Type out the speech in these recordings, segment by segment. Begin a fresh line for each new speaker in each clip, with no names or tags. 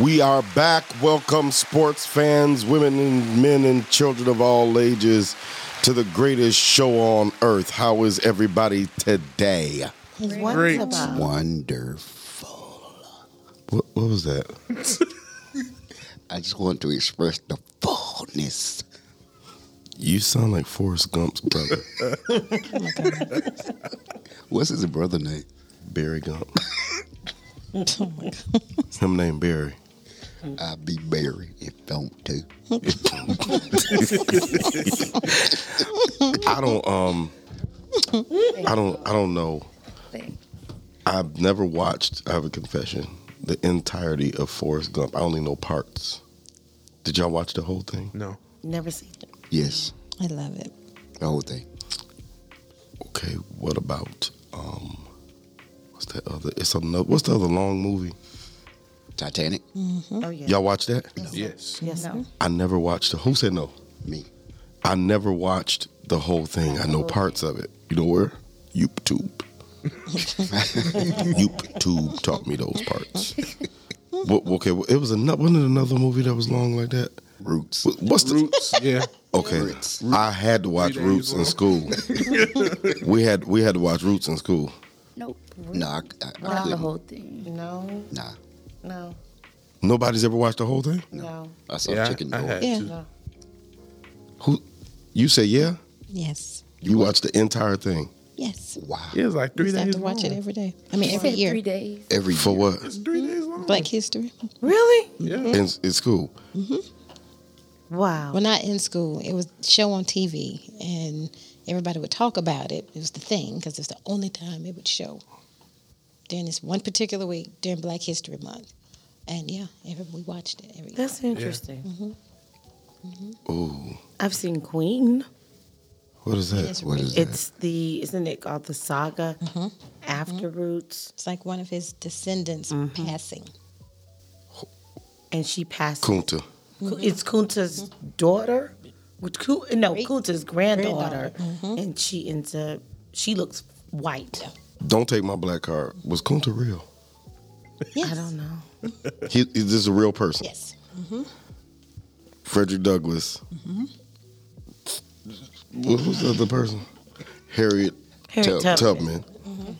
We are back. Welcome, sports fans, women and men, and children of all ages, to the greatest show on earth. How is everybody today?
His one's
Great.
about.
Wonderful.
What, what was that?
I just want to express the fullness.
You sound like Forrest Gump's brother,
What's his brother name?
Barry Gump.
Oh my God.
Him named Barry.
I be Barry if don't too.
I don't um I don't I don't know. I've never watched, I have a confession, the entirety of Forrest Gump. I only know parts. Did y'all watch the whole thing?
No.
Never seen it.
Yes,
I love it.
the whole thing.
Okay, what about um what's that other it's another what's the other long movie?
Titanic,
Hmm?
Oh yeah.
Y'all watch that?
Yes.
Yes.
No.
I never watched the who said no?
me.
I never watched the whole thing. I know parts of it. You know where? YouTube. YouTube taught me those parts. What, okay, well, it was another. Wasn't it another movie that was long like that?
Roots.
What- What's the?
Roots. Yeah.
Okay,
Roots.
I had to watch
Three days
Roots in
long.
school. we had we had to watch Roots in school.
Nope.
No, I, I, I
Not the
couldn't.
whole thing.
No.
Nah,
No.
Nobody's ever watched the whole thing.
No.
I saw
Yeah.
Chicken
I, I
Door.
had
Yeah.
to.
No.
Who? You say yeah?
Yes.
You watched the entire thing
Yes.
Wow.
It was like
We
three
used to have
days.
to watch
long.
it every day. I mean,
You
every
said
year.
Three days.
Every
for
year.
what?
It's three days long.
Black History.
Really?
Yeah.
In, in school.
Wow.
Well, not in school. It was a show on TV, and everybody would talk about it. It was the thing because it's the only time it would show during this one particular week during Black History Month. And yeah, every, we watched it every year.
That's interesting.
Hmm.
Ooh,
I've seen Queen.
what is that?
It's,
What is that?
It's the isn't it called the saga
Mm-hmm.
after Roots,
it's like one of his descendants passing.
and she passed.
Kunta.
Ku- It's Kunta's
Mm-hmm.
daughter, with Ku, no Kunta's granddaughter,
Mm-hmm.
and she ends up. She looks white.
Don't take my black card. Was Kunta real?
Yes.
I don't know.
He, is this is a real person?
Yes.
Frederick Douglass. Wh- Who's the other person? Harriet
Harriet
Tub-
Tubman.
Tubman.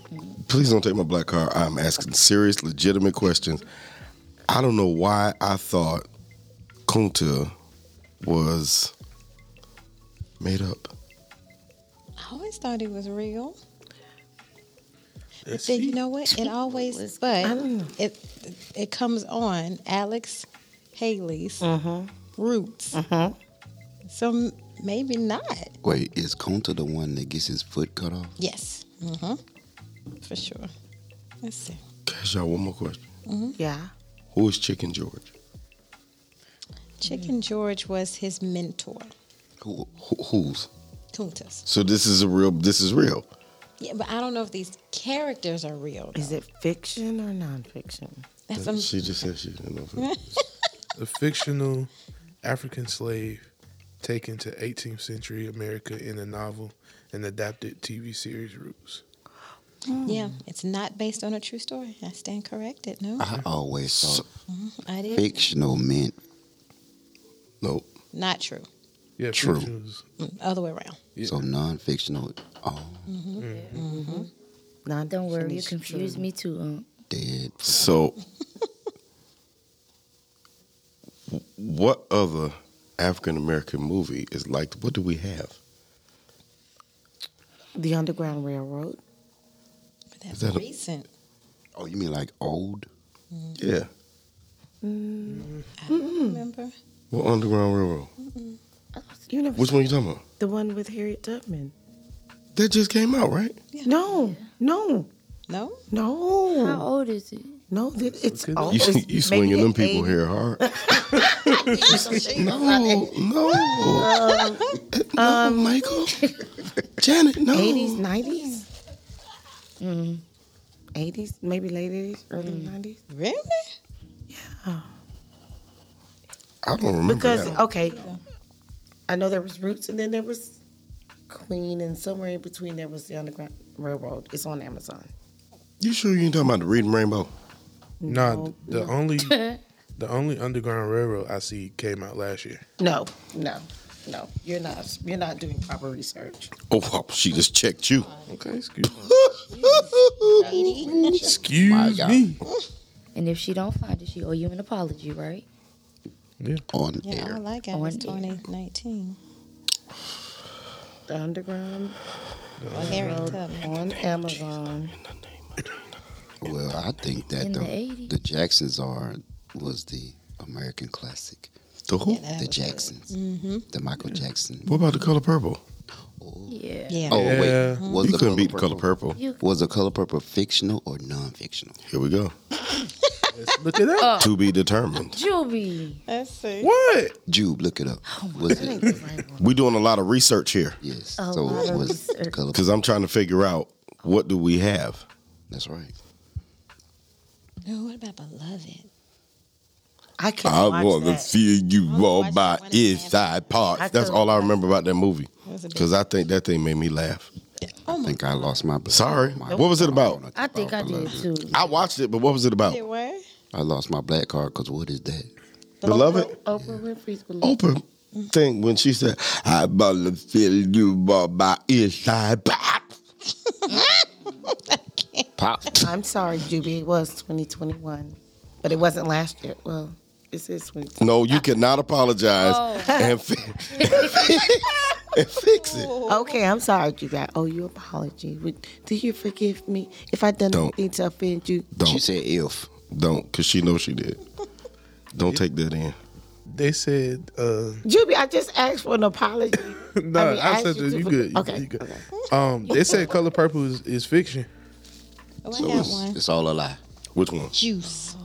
Please don't take my black card. I'm asking serious, legitimate questions. I don't know why I thought Kunta was made up.
I always thought it was real. But
Let's
then, you
see.
know what? It always, but it it comes on Alex Haley's roots. So maybe not.
Wait, is Conta the one that gets his foot cut off?
Yes. Mm-hmm. For sure. Let's see.
Can I ask y'all one more question?
Hmm?
Yeah.
Who is Chicken George?
Chicken George was his mentor,
Who?
Who, who's?
Kuntas.
So this is a real. This is real.
Yeah, but I don't know if these characters are real.
Is it fiction or nonfiction?
That's um,
she just said she didn't know. If it-
A fictional African slave taken to 18th century America in a novel and adapted TV series Roots.
yeah, it's not based on a true story. I stand corrected. No,
Uh-huh.
Mm-hmm.
I always thought
I did
fictional meant
nope.
not true.
Yeah,
True.
fictionals.
Mm, Other way around.
so non-fictional. Oh,
Nonfiction.
Don't worry, you
is
confused
true.
me too. Um,
dead.
So, what other African American movie is like? What do we have?
The Underground Railroad.
But that's
that a-
recent.
Oh, you mean like old?
Yeah.
I don't remember.
Well, Underground Railroad.
You never
Which one you talking about?
the one with Harriet Tubman.
That just came out, right?
No, no,
No,
no,
how old is it?
no. th- It's
good.
all
You,
Oh, it's
you
maybe
swinging them
the
people
80s.
here hard. no, no. no, Michael. Janet, no.
80s, 90s? Mm. 80s, maybe late 80s, early 90s?
really?
I don't remember
Because,
that.
okay, I know there was Roots and then there was Queen, and somewhere in between there was the Underground Railroad. It's on Amazon.
You sure you ain't talking about the Reading Rainbow?
Nah, th- the only The only Underground Railroad I see came out last year.
No, no, no. You're not. You're not doing proper research.
Oh, wow, she just checked you.
Okay, excuse me.
My
excuse
God.
me.
And if she don't find it, she owe you an apology, right?
On
Yeah,
air.
all Oh, I got was
On air.
2019.
The underground
Harriet Tubman.
on Amazon.
Well, I think that
In the
the,
80s.
the Jacksons are was the American classic.
The who?
That
The
was good.
Jacksons.
mm-hmm.
The Michael Jackson.
What about the color purple?
Yeah.
Yeah.
Oh
Yeah.
wait, was
you couldn't
the Color
beat the
Purple-
color purple.
Was the color purple fictional or non-fictional?
Here we go.
Look at that.
To be determined.
Uh, Juby.
Let's see.
What?
Jube, look it up. was it?
We doing a lot of research here
Yes.
A
so
lot
it
of
was
research.
color.
because I'm trying to figure out what do we have.
That's right.
No, what about Beloved?
I can't
I
watch
want to
that.
feel you
wanna
all
watch
by
that one again.
inside parts.
I
That's
couldn't
all I remember about that movie
was a big-
because I think that thing made me laugh.
Oh
I
my
think I lost my.
Sorry.
my-
What was it about?
don't know
I think I did
Beloved.
too.
I watched it, but what was it about?
God, where?
I lost my black card because what is that?
Beloved?
Oprah Winfrey's beloved.
Oprah thing when she said, I want to feel you all by inside parts.
Pop.
I'm sorry, Juby. It was 2021, but it wasn't last year. Well, it's this week.
No, you cannot apologize and, fi- and fix it.
Oh.
Okay, I'm sorry, Juby. I owe you an apology. Would- Do you forgive me if I done
Don't.
anything to offend you?
She
Don't,
said if.
don't, because she knows she did. Don't take that in.
They said. Uh,
Juby, I just asked for an apology.
No,
I
I,
mean, I
said
asked you
that
to
you
put-
good. You,
okay,
you good.
okay.
Um, they said color purple is, is fiction.
Oh, I
So
got
it's,
one.
it's all a lie.
Which one?
Juice.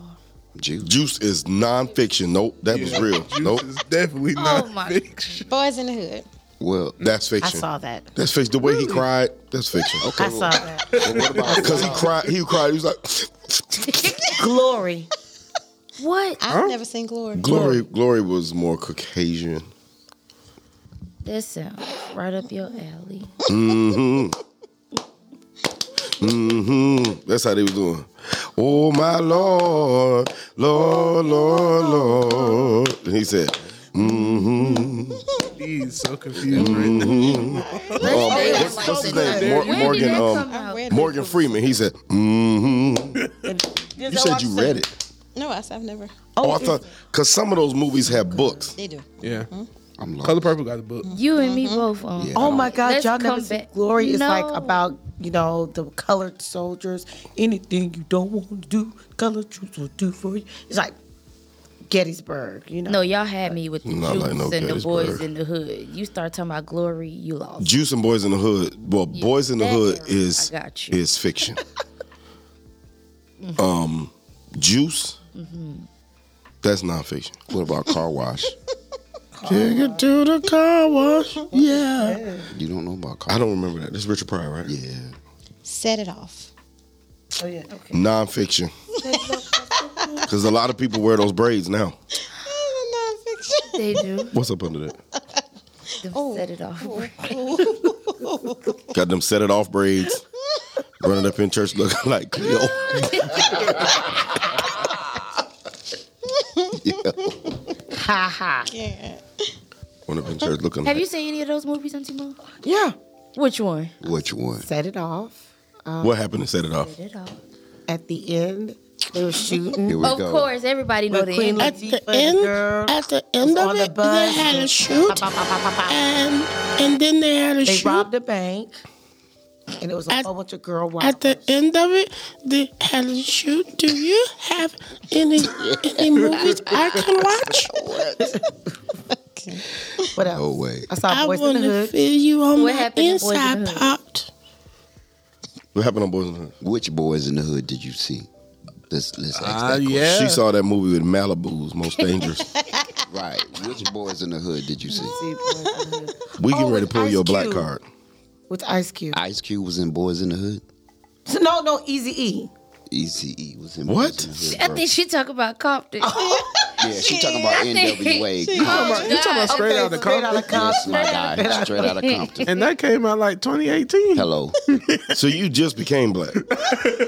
Jude.
Juice is nonfiction. Nope, that was real. Nope,
It's definitely
Oh
not
my-
fiction.
Boys in the Hood.
Well,
that's
I
fiction.
saw that.
That's fiction. The way he cried, that's fiction.
I
okay.
saw
Well,
that.
well, what about
Because he cried, he cried. He was like,
Glory.
What?
I've never seen Glory.
"Glory, glory was more Caucasian."
That sounds right up your alley.
Mm, that's how they was doing. Oh my lord, lord, lord, lord. And he said, Mm-hmm.
He's so confused right now.
um, what's, what's his name? Mor-
When did
Morgan.
that
Um,
come out?
Read
Morgan Freeman. He said, mm-hmm. You said you read it.
No, I, I've never.
Oh, I thought because some of those movies have books.
They do.
Yeah.
I'm lost.
Color purple got the book.
You and me both on.
Yeah.
Oh my God,
Let's
y'all never
come
seen
back.
Glory is like
No.
about, you know, the colored soldiers. Anything you don't want to do, colored troops will do for you. It's like Gettysburg, you know.
No, y'all had me with the
Not
Juice
like no
and the
Gettysburg.
boys in the hood. You start talking about glory, you lost.
Juice and Boys in the Hood. Well, Boys in the
that
Hood
era.
is
I got you.
is fiction. um, Juice.
Mm-hmm.
That's nonfiction.
What about car wash?
Take it to the car wash. Yeah.
You don't know about car.
I don't remember that. That's Richard Pryor, right?
Yeah.
Set it off.
Oh, yeah.
Nonfiction. Because a lot of people wear those braids now.
Oh, nonfiction.
They do.
What's up under that?
Them Set it off.
Got them set it off braids. Running up in church looking like Cleo.
Ha ha.
Yeah.
Running up in church looking
Have
like
you seen any of those movies on T-Mobile?
Yeah.
Which one?
What you want?
Set it off.
what happened and set it off.
Set it off.
At the end, they were shooting.
Here we
Of
go.
course, everybody know the
Queen
end.
Latifah and the end, at the end of it, the they had a shoot, and,
And then they had a
they
shoot.
robbed a bank, and it was a whole bunch of girl wives.
At the end of it, they had a shoot. Do you have any any movies I can watch?
what else?
No way.
I saw
I
Boys in
want
the
to
Hood.
feel you on
What
my
happened in Boys in the
inside
Hood?
part.
What happened on Boys in the Hood?
Which boys in the hood did you see? Let's let's ask
Ah,
that question.
yeah.
She saw that movie with Malibu's Most Dangerous.
Right. Which boys in the hood did you
See,
see?
Boys in the Hood.
We getting
Oh,
ready to
with
pull
Ice
your black
Cube.
card.
With Ice Cube.
Ice Cube was in Boys in the Hood.
So, no, no, Easy E.
ECE was in
What?
Boys in the Hood.
I think she talk about Compton. Oh,
Yeah, she talking about NWA.
You talking about straight out of
Straight out
Compton?
of
Yes,
Compton.
my guy. Straight out of Compton.
And that came out like 2018.
Hello.
So you just became black.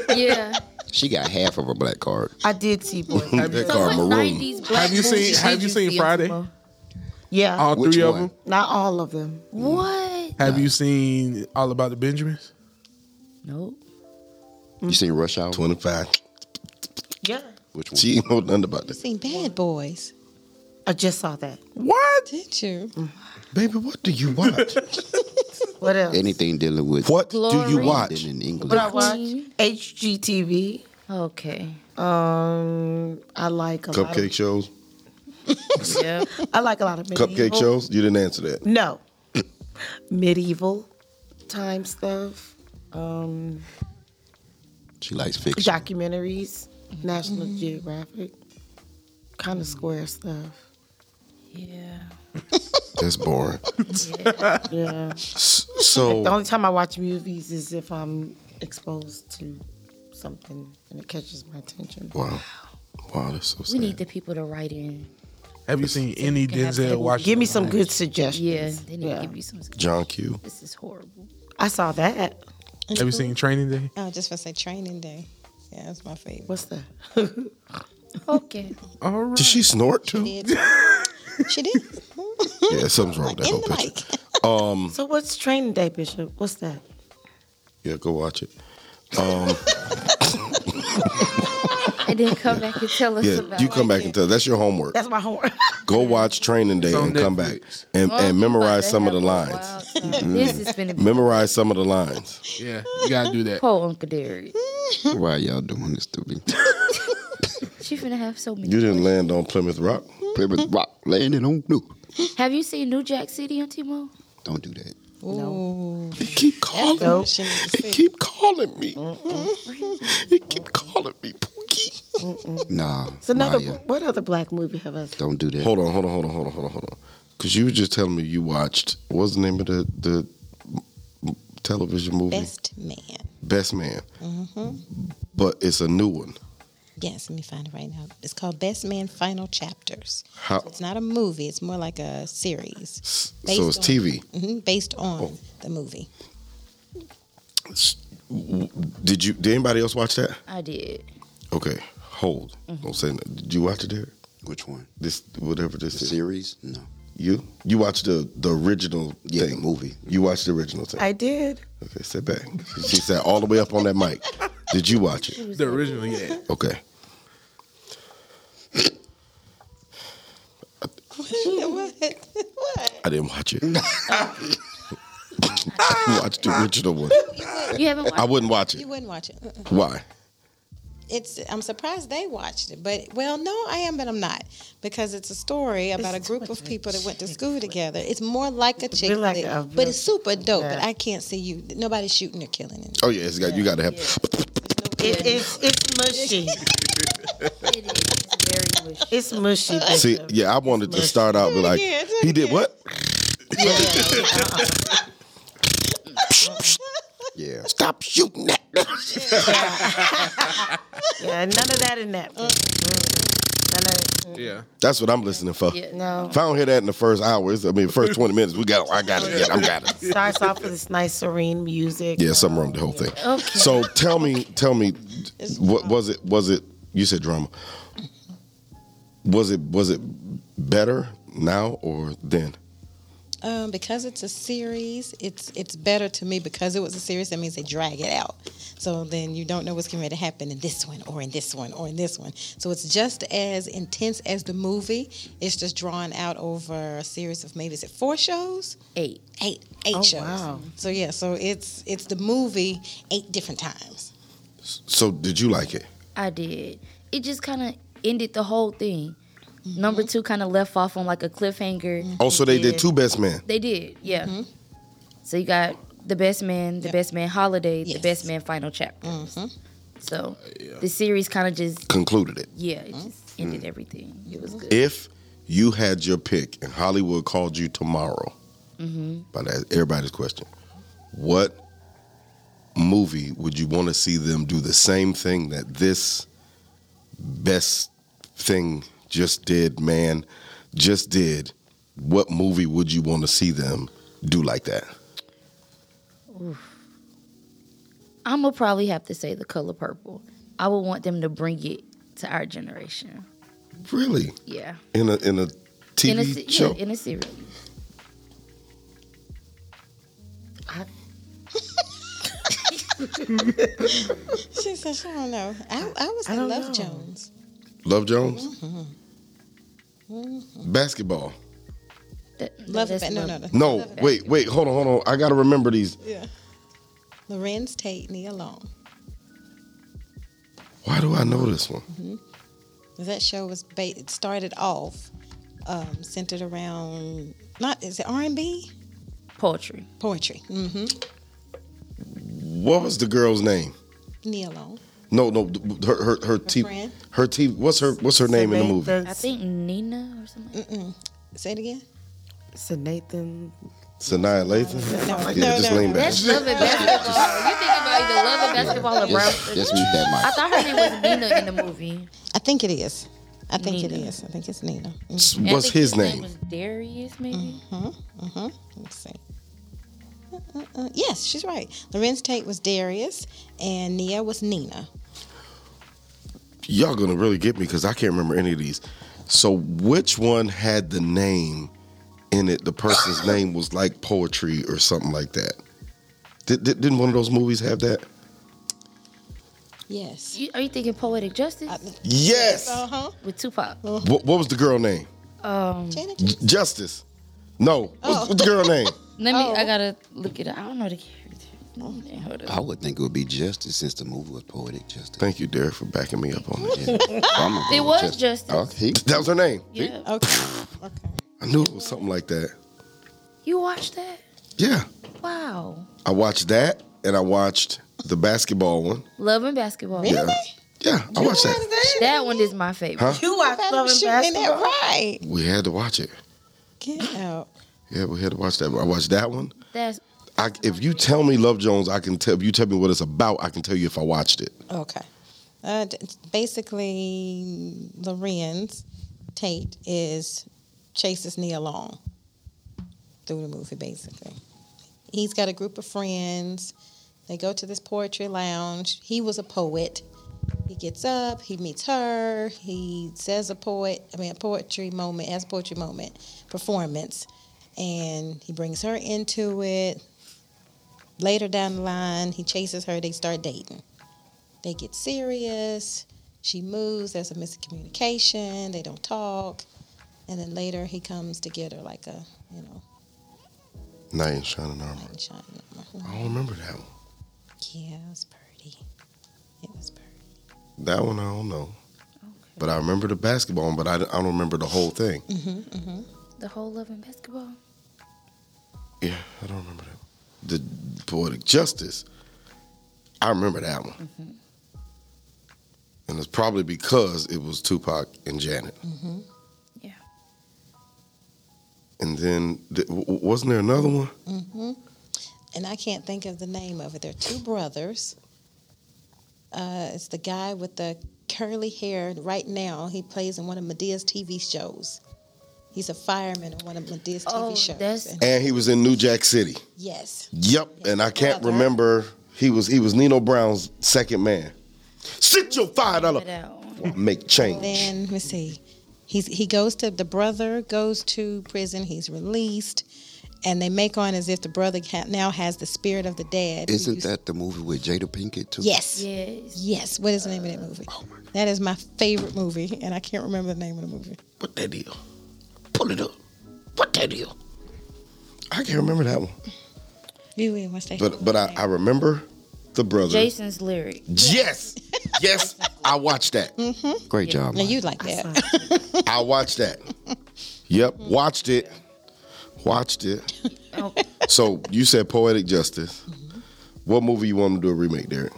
yeah.
She got half of her black card.
I did see boy.
That
So
car
what
maroon.
90s black
Have you seen-
movies
have
did
you seen
see
Friday?
on Super Bowl?
yeah,
All
Which
three
one?
of them.
not all of them.
What?
Have you seen All About the Benjamins?
Nope.
Mm.
You seen Rush Hour?
Twenty five.
Yeah,
Which
She ain't know nothing about
You
that.
seen Bad Boys?
I just saw that.
What,
Did you?
baby? What do you watch?
What else?
Anything dealing with
what do you
Glory.
watch?
Then in
What I
England.
watch?
Queen.
HGTV.
Okay.
Um, I like a lot.
Cupcake
Of,
shows.
Yep.
I like a lot of medieval.
Cupcake shows. You didn't answer that.
No, medieval time stuff. Um,
She likes fiction.
documentaries, National Geographic, kind of square stuff.
yeah.
That's boring.
Yeah.
S-
The
So
only time I watch movies is if I'm exposed to something and it catches my attention.
wow, wow, that's so
We
sad.
need the people to write in.
Have you seen any
Can I have
Denzel
cable?
Washington?
Give me some good suggestions.
Yeah. They need
Yeah.
to give you some.
John Q.
This is horrible.
I saw that.
Have you seen Training Day?
Oh, just for say Training Day. Yeah, that's my favorite.
What's that?
Okay.
All right.
Did she snort too?
Did. she did.
Yeah, something's wrong with that
In
whole
the
picture. Um, Mm.
mic.
so what's training day, Bishop? What's that?
Yeah, go watch it.
And then come back and tell us
Yeah,
about
you come back and tell. That's your homework.
That's my homework.
Go watch Training Day
It's on
and come back
Netflix.
and,
Oh,
and
you about
memorize
to
some of the
have a
lines.
wild time. This is going to be
Memorize some of the lines.
Yeah, you gotta do that.
poor Uncle Derek.
Why y'all doing this to me?
She finna have so many.
You didn't land on Plymouth Rock.
Plymouth Rock landing on no.
Have you seen New Jack City on Timo?
Don't do that.
Ooh.
They keep calling.
Nope.
She needs to
They
sit.
keep calling me. Mm-hmm. They keep calling me. Pookie.
Nah.
It's another.
Maya,
What other black movie have I? Seen?
don't do that.
Hold on, hold on, hold on, hold on, hold on, hold on. Because you were just telling me you watched. What's the name of the the television movie?
Best man. Mm-hmm.
Best Man. But it's a new one.
Yes, let me find it right now. It's called Best Man Final Chapters.
How?
So it's not a movie, it's more like a series
s-
based
So it's Oh.
on-
TV.
hmm based on the movie.
S- w- Did you? Did anybody else watch that?
I did.
Okay, hold.
Mm-hmm.
Don't say. nothing. Did you watch it, Derek?
Which one?
This whatever this
The
is.
series? No.
You you watched the the original
Yeah, the
thing.
movie.
You watched the original thing.
I did.
okay, sit back. She sat all the way up on that mic. Did you watch it?
The original, yeah.
Okay. I didn't watch it. I watched the original one.
You haven't watched
I wouldn't watch it.
You wouldn't watch it. Uh-uh.
Why?
It's I'm surprised they watched it, but well, no, I am, but I'm not because it's a story about a group of people that went to school together. It's more like a chick
like
flick,
a-
but it's super dope. But
Yeah.
I can't see you. Nobody's shooting or killing. It.
Oh yeah, it's got you got to have.
It, it's it's mushy.
it. It's very much.
It's mushy. Bishop.
See, yeah, I wanted to start out with like
again, do it
he did
again.
what?
Yeah.
Stop shooting that.
Yeah, none of that in that. Mm. None of,
Yeah.
That's what I'm listening for.
Yeah.
no.
If I don't hear that in the first hour, it's, I mean, first 20 minutes, we got, I got it. Yeah, I got it.
Starts off with this nice serene music.
Yeah, something wrong with the whole thing.
Okay.
So tell me, tell me, what was it? Was it? You said drama. Was it? Was it better now or then?
Um, because it's a series, it's it's better to me because it was a series. That means they drag it out, so then you don't know what's going to happen in this one, or in this one, or in this one. So it's just as intense as the movie. It's just drawn out over a series of maybe is it four shows,
Eight.
eight, eight
Oh,
shows.
wow.
So yeah, so it's it's the movie eight different times.
So did you like it?
I did. It just kind of ended the whole thing.
Mm-hmm.
Number two kind of left off on like a cliffhanger.
Also, they
Yeah.
did two best men.
They did, yeah.
Mm-hmm.
So you got the best man, the best man holiday,
Yes. Mm-hmm.
the best man final chapter. So
Uh,
the series kind of just
Concluded it.
yeah, it just
Mm-hmm.
ended everything. It
Mm-hmm.
was good.
If you had your pick and Hollywood called you tomorrow, by that everybody's question, what movie would you want to see them do the same thing that this best thing just did, man, just did? What movie would you want to see them do like that?
I'm gonna probably have to say the color purple. I would want them to bring it to our generation.
Really?
Yeah.
In a in a TV
in a se-
show.
Yeah, in a series.
She said, "I don't know. I, I was in Love Jones.
Love Jones. Basketball.
That-
Love,
that's
it. No, no, no.
No, wait, wait, hold on, hold on. I gotta remember these.
Yeah. Lorenz Tate, Nia Long.
Why do I know this one?
That show was ba- it started off um, centered around not is it R and B
Poetry.
poetry. Mm-hmm.
What was the girl's name?
Nia Long.
No, no, th- her her her T
friend?
her T. What's her what's her name in the movie?
I think Nina or something.
Say it again.
Sir Nathan.
Sanaa Lathan.
No,
Yeah,
no,
just
no,
lean
no.
back.
That's Love and Basketball. you think about either Love and Basketball or
Just,
Brown.
just mute that mic.
I thought her name was Nina in the movie.
I think it is. I think it
Nina.
is. I think it's Nina.
And I
What's
think
his name?
was Darius, maybe.
Mm-hmm. Let's see. Uh, uh, uh, yes, she's right. Lorenz Tate was Darius, and Nia was Nina.
Y'all gonna really get me because I can't remember any of these. So which one had the name in it? The person's name was like poetry or something like that. Did, did, didn't one of those movies have that?
Yes.
You- are you thinking Poetic Justice
Yes.
Uh huh.
with Tupac?
What, what was the girl name?
Um,
Mm.
Janet.
J- Justice. No.
Oh.
What's, what's the girl name?
let me. I gotta look it up. I don't know the character. Hold up.
I would think it would be justice since the movie was poetic justice.
Thank you, Derek, for backing me up on that.
I'm gonna go
It
with
was Justice.
Okay.
That was her name.
Yeah.
Okay. okay.
I knew it was something like that.
You watched that?
Yeah.
Wow.
I watched that and I watched the basketball one.
Love and Basketball.
Yeah. Yeah, I watched that.
That one is my favorite.
Huh?
You watch
I'm
Love and
shooting
Basketball.
that right.
We had to watch it.
Get out.
Yeah, we had to watch that one. I watched that one.
That's
I, if you tell me Love Jones, I can tell. If you tell me what it's about, I can tell you if I watched it.
Okay. Uh, d- basically, Lorenz Tate is chases Nia along through the movie. Basically, he's got a group of friends. They go to this poetry lounge. He was a poet. He gets up. He meets her. He says a poet. I mean, a poetry moment as poetry moment performance, and he brings her into it. Later down the line, he chases her. They start dating they get serious. She moves. There's a miscommunication. They don't talk, and then later he comes to get her like a you know
Knight in Shining Armor.
like shot number.
I don't remember that one.
Yeah, it was pretty. It was pretty.
That one I don't know. But I remember the basketball one, but I, I don't remember the whole thing.
Mm-hmm,
the whole Love and Basketball.
Yeah, I don't remember that. The Poetic Justice, I remember that one. And it's probably because it was Tupac and Janet.
Yeah.
And then, th- w- w- wasn't there another one?
mm-hmm. And I can't think of the name of it. They're two brothers. Uh, it's the guy with the curly hair. Right now, he plays in one of Medea's TV shows. He's a fireman in one of Medea's
Oh,
TV shows.
that's-
And-
And he was in New Jack City.
yes.
Yep. And I can't
Brother.
remember. He was he was Nino Brown's second man. Sit your five dollar.
Get out.
Make change.
Then let me see. He's he goes to the brother goes to prison. He's released, and they make on as if the brother ha- now has the spirit of the dad. who
Isn't
used-
that the movie with Jada Pinkett too?
Yes.
Yes.
Yes. What is the name of that movie?
Oh
that is my favorite movie, and I can't remember the name of the movie.
What that deal? Pull it up. What that deal? I can't remember that one.
You will once they.
But but I, I remember the brother.
Jason's lyric.
Yes. Yes. I watched that.
Great job.
now
Mike.
you like that?
I watched that. Yep. Watched it. Watched it.
Oh,
So you said poetic justice. What movie you want to do a remake, Derek?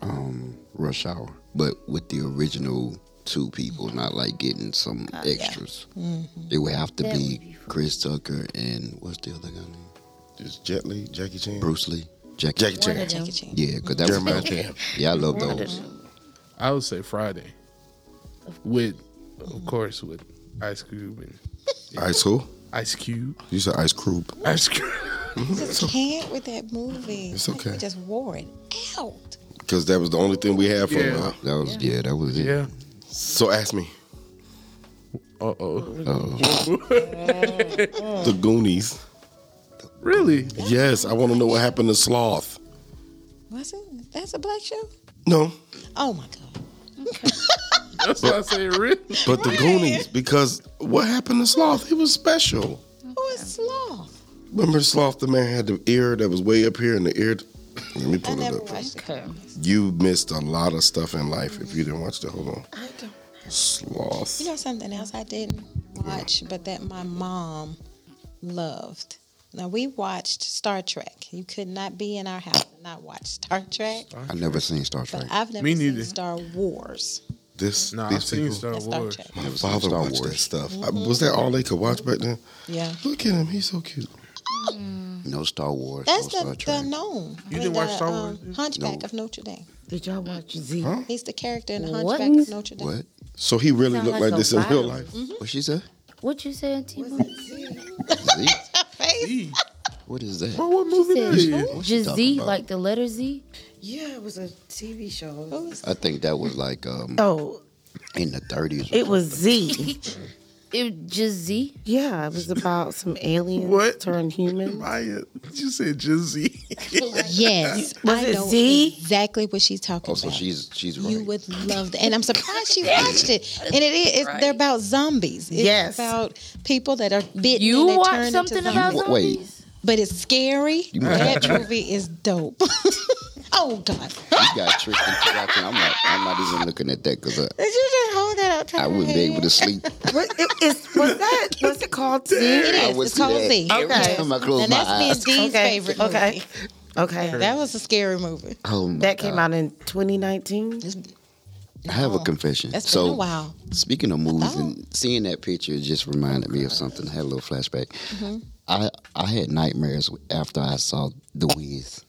um, Rush Hour, but with the original two people, not like getting some extras. It would have to
That
be,
would be fun.
Chris Tucker and what's the other guy name?
Just Jet Li, Jackie Chan.
Bruce Lee, Jackie.
Jackie
one
Chan.
of them.
Take a chance.
Yeah, because that
Jeremiah
was
Cam.
Yeah, I love
One of
those.
them.
I would say Friday. With, of course, with Ice Cube and
Ice who?
Ice Cube.
You said Ice Cube.
Ice Cube.
You just can't with that movie.
It's
Like, you
okay.
just wore it out.
because that was the only thing we had for
Yeah.
a while.
That was yeah. That was it.
Yeah.
So ask me.
Uh oh.
The Goonies.
Really?
Yes, I want to know what happened to Sloth.
Was it? That's a black show?
No,
Oh my God.
That's why I say really.
but the Goonies because what happened to Sloth? He was special.
Who is Sloth?
Remember Sloth, the man had the ear that was way up here, and the ear. Let me
I
pull it
never
up.
watched it.
You missed a lot of stuff in life if you didn't watch that. Hold on.
I don't.
Sloth.
You know something else I didn't watch, but that my mom loved. Now we watched Star Trek. You could not be in our house and not watch Star Trek.
I never seen Star Trek.
But I've never
Me
seen
neither.
Star Wars.
This.
Nah, I've
these
seen
people.
Star
That's Star
Wars.
Trek.
My
Never seen
father
Star
watched that
Wars.
stuff. I-
Mm-hmm.
was that all they could watch back then?
Yeah.
Look at him. He's so cute.
No Star Wars.
That's
no Star
the,
Trek.
the known.
You didn't watch
the, um,
Star Wars?
Hunchback
No.
of Notre Dame.
Did y'all watch Z?
He's the character in the
What?
Hunchback of Notre Dame.
What?
So he really
Sound
looked
like
like
a
this in real
violin.
life.
What she said?
What you said, T Bone?
Z?
Face.
E.
What is that?
Bro, what movie that is?
Just Z, like the letter Z.
Yeah, it was a TV show.
Who is
I think that was like um
Oh,
in the 30s.
it was Z.
It just Z.
yeah, it was about some aliens
What?
turned human.
Maya. You said Jizzy.
Yes.
Was
I
it
know
Z?
Exactly what she's talking
Oh, so
about.
she's she's right.
You would love that. And I'm surprised she watched it. And it is, it's, they're about zombies. It's
Yes.
about people that are bitten.
You
and they turn
watch
into
something
zombies.
about
Wait.
zombies?
But it's scary. That movie is dope. oh, God.
you got tricked into watching. I'm not I'm not even looking at that because
Did you just hold that up? to
I
her
wouldn't be able to
head?
sleep.
What, it, it's, was that, what's it called?
It
Z?
I
is.
would
It's
see
called
that
Z.
every
Okay.
time I close
And
my
that's me and
eyes.
D's
Okay.
favorite movie.
Okay. Okay.
That was a scary movie.
Oh my
that came
God.
out in 2019.
I have a confession.
That's
so
been a while. Oh.
Speaking of movies and seeing that picture just reminded me of something. I had a little flashback.
Mm-hmm.
I I had nightmares after I saw The Wiz,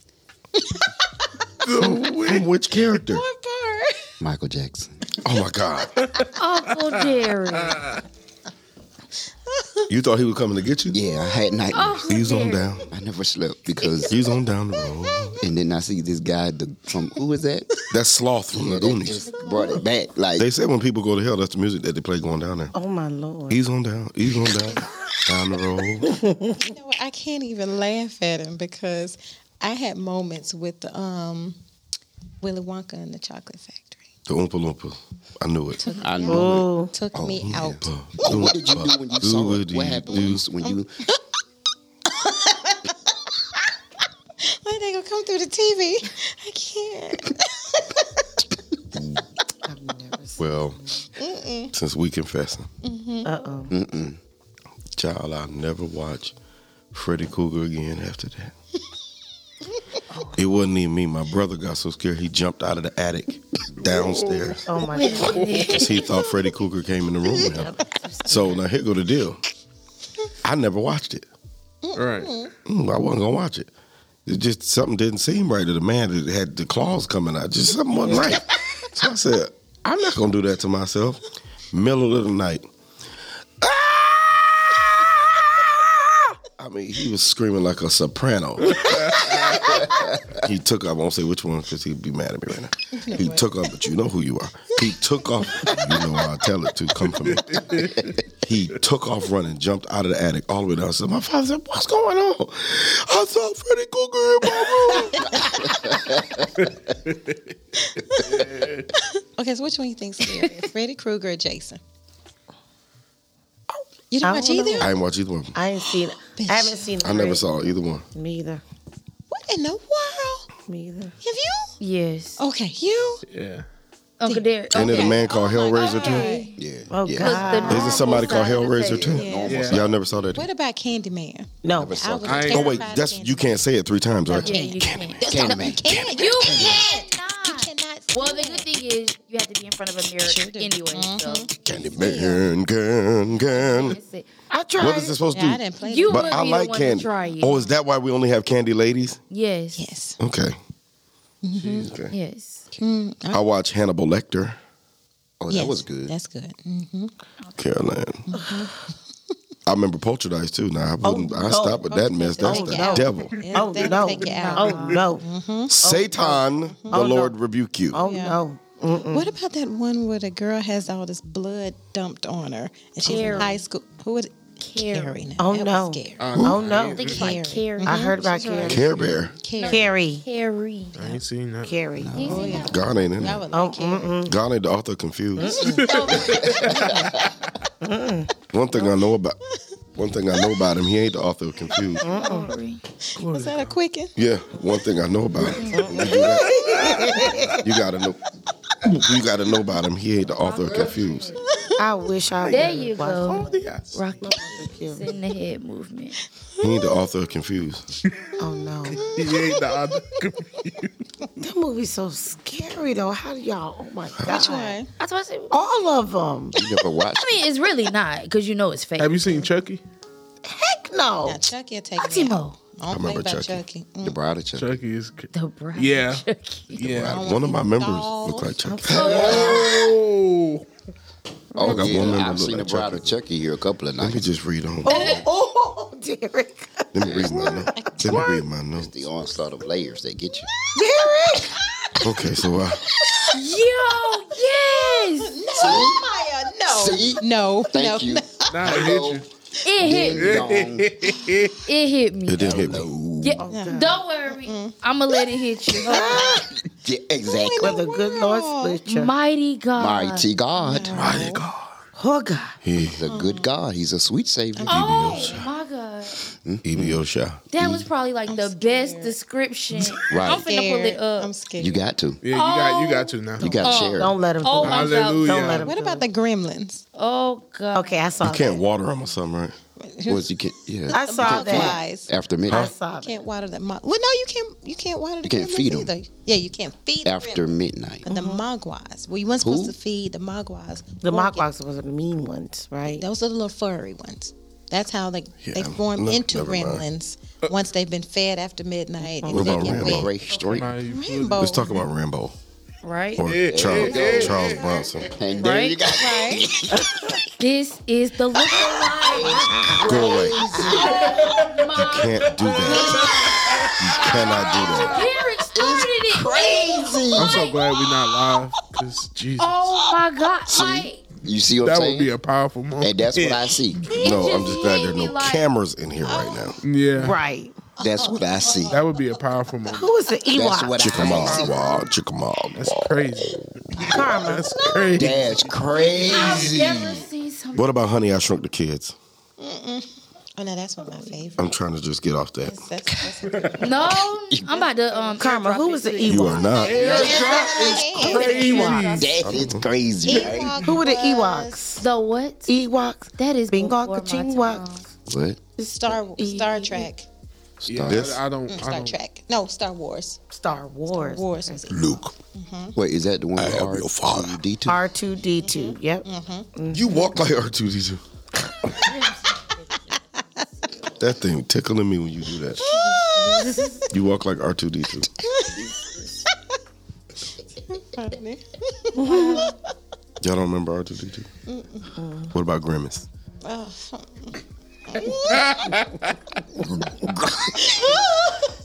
From which character?
What part?
Michael Jackson.
Oh my God.
Awful Jerry.
You thought he was coming to get you?
Yeah, I had
Oh.
nightmares.
Awful
He's on
Jerry.
down.
I never slept because
He's on down the road.
and then I see this guy the, from who is that?
That's Sloth from the
That
Goonies.
just brought it back. Like
They said when people go to hell, that's the music that they play going down there.
Oh, my Lord.
He's on down. He's on down. down the road.
You know, what? I can't even laugh at him because I had moments with um, Willy Wonka and the Chocolate Factory.
The Oompa Loompa. I knew it.
I know.
Oh,
Took me out.
What did you do when you saw it? What happened when you, when you?
Why they gonna come through the TV? I can't.
Well, since we confessing,
uh oh.
child, I'll never watch Freddy Cougar again after that. it wasn't even me. My brother got so scared he jumped out of the attic downstairs.
Oh, my God.
because he thought Freddy Cougar came in the room with him. So now here go the deal. I never watched it.
right.
Mm, I wasn't gonna watch it. It just something didn't seem right to the man that had the claws coming out. Just something wasn't right. So I said, I'm not gonna do that to myself. Middle of the night. Ah! I mean, he was screaming like a soprano. he took off. I won't say which one because he'd be mad at me right now. He took off, but you know who you are. He took off. You know I'll tell it to come for me. He took off running, jumped out of the attic all the way down. I said, My father said, What's going on? I saw Freddy Cougar in my room.
Okay, so which one you think's scary? Freddy Krueger or Jason?
I
You don't watch
don't know.
either?
I didn't watch either one.
I ain't seen I haven't seen
I never
Prey.
saw either one.
Me either.
What in the world?
Me either.
Have you?
Yes.
Okay, you.
Yeah.
Uncle Derek.
Ain't it a
Okay.
man called Hellraiser too?
Alright.
Yeah.
Oh,
yeah.
Was
God.
the
Isn't
normal
Isn't somebody called
side of the
Hellraiser
face.
too?
Yeah.
Y'all never saw that.
What about Candyman?
No.
I was
I
ain't-
Oh wait,
terrified of
that's you can't say it three times, right?
Yeah, you can't.
Candyman.
Candyman.
You
You
can't.
can't. You cannot.
Well, the good thing is you have to be in front of a mirror
Sure do. Mm-hmm.
anyway. So
Candy man, can, can.
that's it.
I tried.
What is it supposed to
Yeah, I
do?
didn't play
You
that.
But
would
I
be
like
the one
candy.
to try it.
Oh, is that why we only have candy ladies?
yes.
Yes.
Okay.
Yes.
I watch Hannibal Lecter,
Oh, that
yes. Mm-hmm.
was good.
That's good. hmm
Caroline. I remember Poltergeist too. Now I wouldn't.
Oh,
I
no.
stopped with that mess. That's
Oh,
the
no.
devil.
Oh
That'll
no!
take you out.
Oh no!
Mm-hmm.
Satan, the
Oh, no.
Lord rebuke you.
Oh
Yeah.
no!
What
mm.
about that one where the girl has all this blood dumped on her and she's in
Carrie.
high school? Who would
Carrie.
Carrie? now.
Oh
that
no!
Was scary.
Oh
I
no!
think it's
Carrie.
like Carrie.
I heard about
She's all
Carrie.
right.
Care Bear.
Carrie.
Carrie,
Carrie.
I ain't seen that.
Carrie.
You
Oh,
see that?
God ain't in
I
it.
would
Oh,
like Carrie.
mm-mm.
God ain't the author confused. one thing I know about. One thing I know about him, he ain't the author of confused.
Glory.
Was that a quicken?
Yeah, one thing I know about him. When you do that, you gotta know. You gotta know about him. He ain't the author of confused.
I wish I.
There
would've
you
watched
go.
Yes.
Rock it's in the head movement.
He ain't the author of confused.
it. Oh no! That
He ain't the other.
movie's so scary though. How do y'all? Oh my god!
Which one?
That's why I said. I
All of them.
You never watched
mean, it's really not because you know it's fake.
Have you seen Chucky?
Heck no!
Now, Chucky will take me out.
Timo,
I don't
remember
play about
Chucky.
Chucky. Mm.
The Bride of Chucky.
Chucky is. c-
the bride.
Yeah.
Chucky.
Yeah.
One of my members look like Chucky.
Oh.
Oh,
I got
yeah,
one member
I've
look
seen
like
the Bride
Chucky.
of Chucky here a couple of
Let me
nights.
just read on.
Oh, oh, Derek.
Let me read my notes. Let me read my notes.
The onslaught of layers that get you.
Derek.
Okay, so I,
Yo, yes,
No, Maya, no.
See?
No,
Thank
Oh, no.
you.
Nah, it hit you.
it hit, me.
it
Ding dong.
it hit me.
didn't hit me.
Yeah, don't worry,
Mm-hmm.
I'ma let it hit you.
Yeah, exactly.
Where the good Lord split you.
Mighty God.
Mighty God.
Mighty God.
oh God.
He,
He's a good God. He's a sweet Savior.
Oh my God,
Emi Osha.
that was probably like the best description.
Right.
I'm finna pull it up.
I'm scared.
You got to.
Yeah, you got you got to now.
You got to share.
Don't let him.
Oh
do it.
my God.
Hallelujah.
Don't let him.
what
do
about
it.
the gremlins?
Oh God.
Okay, I saw.
You can't
That.
water him or something, right?
Was you can, yeah.
I saw that.
Flies.
After
I
midnight.
saw that.
Can't water the mo- well. No, you can't. You can't water the
You can't
gremlins
feed 'em.
either. Yeah, you can't feed the
After
gremlins.
midnight.
But the
Uh-huh.
mogwais. Well, you weren't supposed
Who?
to feed the mogwais.
The
Well,
Mogwais was the mean ones, right?
Those are the little furry ones. That's how they they
I'm-
form
look,
into
never mind.
gremlins once they've been fed after midnight and
What
they
about
get
Rambo?
wet.
Ray straight.
Nah, you put-
Rainbow.
Let's talk about Rambo
Right.
or Charles, Charles Bronson.
And there you
Right.
go.
Right?
This is the look alike.
Go away. You can't do that. You cannot do that.
Derek started it.
I'm so glad we're not live. Cause Jesus,
Oh my God. Like,
You see what I'm
that
saying?
would be a powerful moment.
and that's what I see.
No,
just
I'm just glad there are
made me
no
like-
cameras in here right now.
Yeah.
Right.
That's what I see.
That would be a powerful moment.
Who was the
That's
Ewok?
what
Oh.
I see.
Chickamauga, Chickamauga.
That's crazy.
Karma.
That's crazy.
That's crazy.
never seen something.
What about Honey, I Shrunk the Kids?
Oh no, that's one of my favorite.
I'm trying to just get off that.
That's, that's,
No, I'm about to um.
Karma. Who was the
You
Ewok?
are not.
That is crazy, right?
Who were the Ewoks?
The what?
Ewoks.
That is
E Bingo,
before my
ka-ching,
time.
wok.
What?
Star Star Trek.
Yeah,
This-
I, I don't. I
Star
don't
Trek. No, Star Wars.
Star Wars.
Wars was it.
Luke,
Wait, is that the one?
I am your father.
D2?
R2D2. Yep.
you walk like R2D2. that thing tickling me when you do that. You walk like R2D2. Y'all don't remember R2D2? What about Grimace?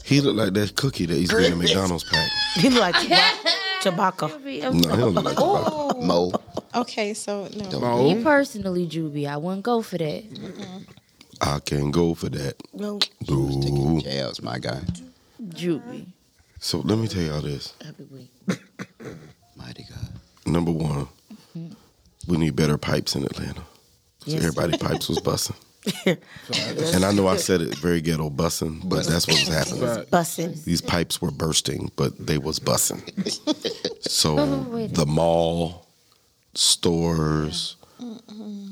he looked like that cookie that used to be in the McDonald's pack.
He looked like Chewba-
No,
Chewbacca.
he don't look like that.
Mo.
Okay, so no.
know.
Me personally, Juby, I wouldn't go for that.
I can go for that.
No,
Ooh.
Jazz, my guy.
Juby.
So let me tell y'all this.
every week.
Mighty God.
Number one, we need better pipes in Atlanta. So everybody pipes was busting. and I know I said it very ghetto busting, but that's what was happening.
Bussin'.
These pipes were bursting, but they was busting. So the mall, stores,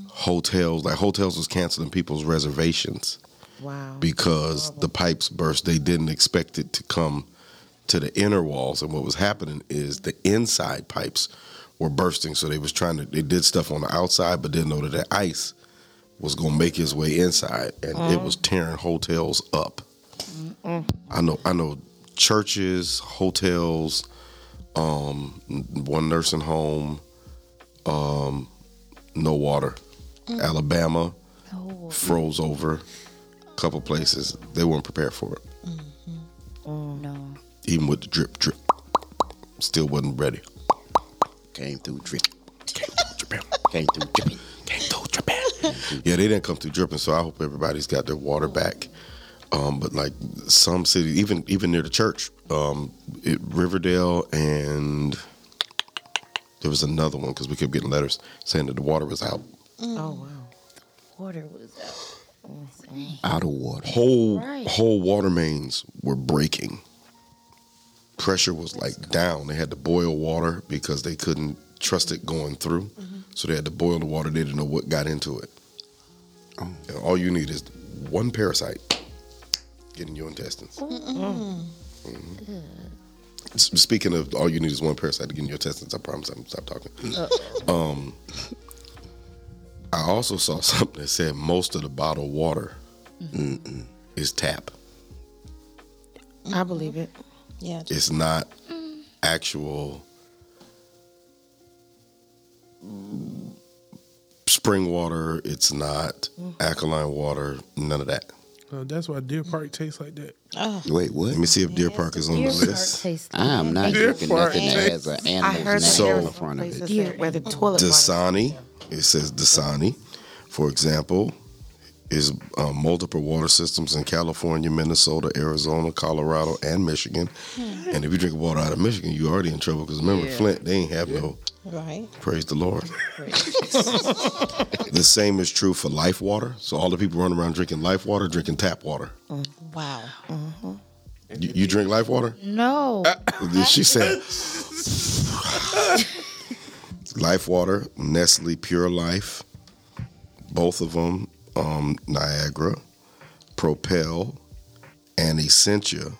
hotels, like hotels was canceling people's reservations
Wow.
because the pipes burst. They didn't expect it to come to the inner walls, and what was happening is the inside pipes were bursting. So they was trying to they did stuff on the outside, but didn't know that the ice was gonna make its way inside, and it was tearing hotels up. I know, I know, churches, hotels, um, n- one nursing home, um, Mm. no water, Alabama. froze over a couple places. They weren't prepared for it.
No.
Even with the drip, drip, still wasn't ready.
Came through drip. Came through dripping.
Yeah, they didn't come through dripping, so I hope everybody's got their water back. Um, but like some cities, even even near the church, um, it, Riverdale, and there was another one because we kept getting letters saying that the water was out.
Oh wow.
Water was out. Oh,
Out of water.
Whole
Right.
whole water mains were breaking. Pressure was like down. They had to boil water because they couldn't trust it going through, so they had to boil the water. They didn't know what got into it.
Oh.
And all you need is one parasite getting your intestines. Mhm. S- Speaking of all you need is one parasite to get in your intestines, I promise I'm gonna stop talking. Um, I also saw something that said most of the bottled water is tap.
I believe it.
Yeah.
It's not actual spring water. It's not alkaline water. None of that.
Uh, that's why Deer Park tastes like that.
Oh,
Wait, what?
Let me see if Deer Park is on the list.
tastes
I am not
Deer
drinking
Park
nothing that has an
I
animal's name
heard that
So-
there
in
was some
front of
places
it.
that where the toilet water.
Dasani, it says Dasani, for example, is uh, multiple water systems in California, Minnesota, Arizona, Colorado, and Michigan. And if you drink water out of Michigan, you already in trouble because remember Flint, they ain't have no
right.
praise the Lord. the same is true for life water. So all the people running around drinking life water, drinking tap water.
Wow.
You, you drink life water?
No.
She said, "Life Water, Nestle Pure Life, both of them, um, Niagara, Propel, and Essentia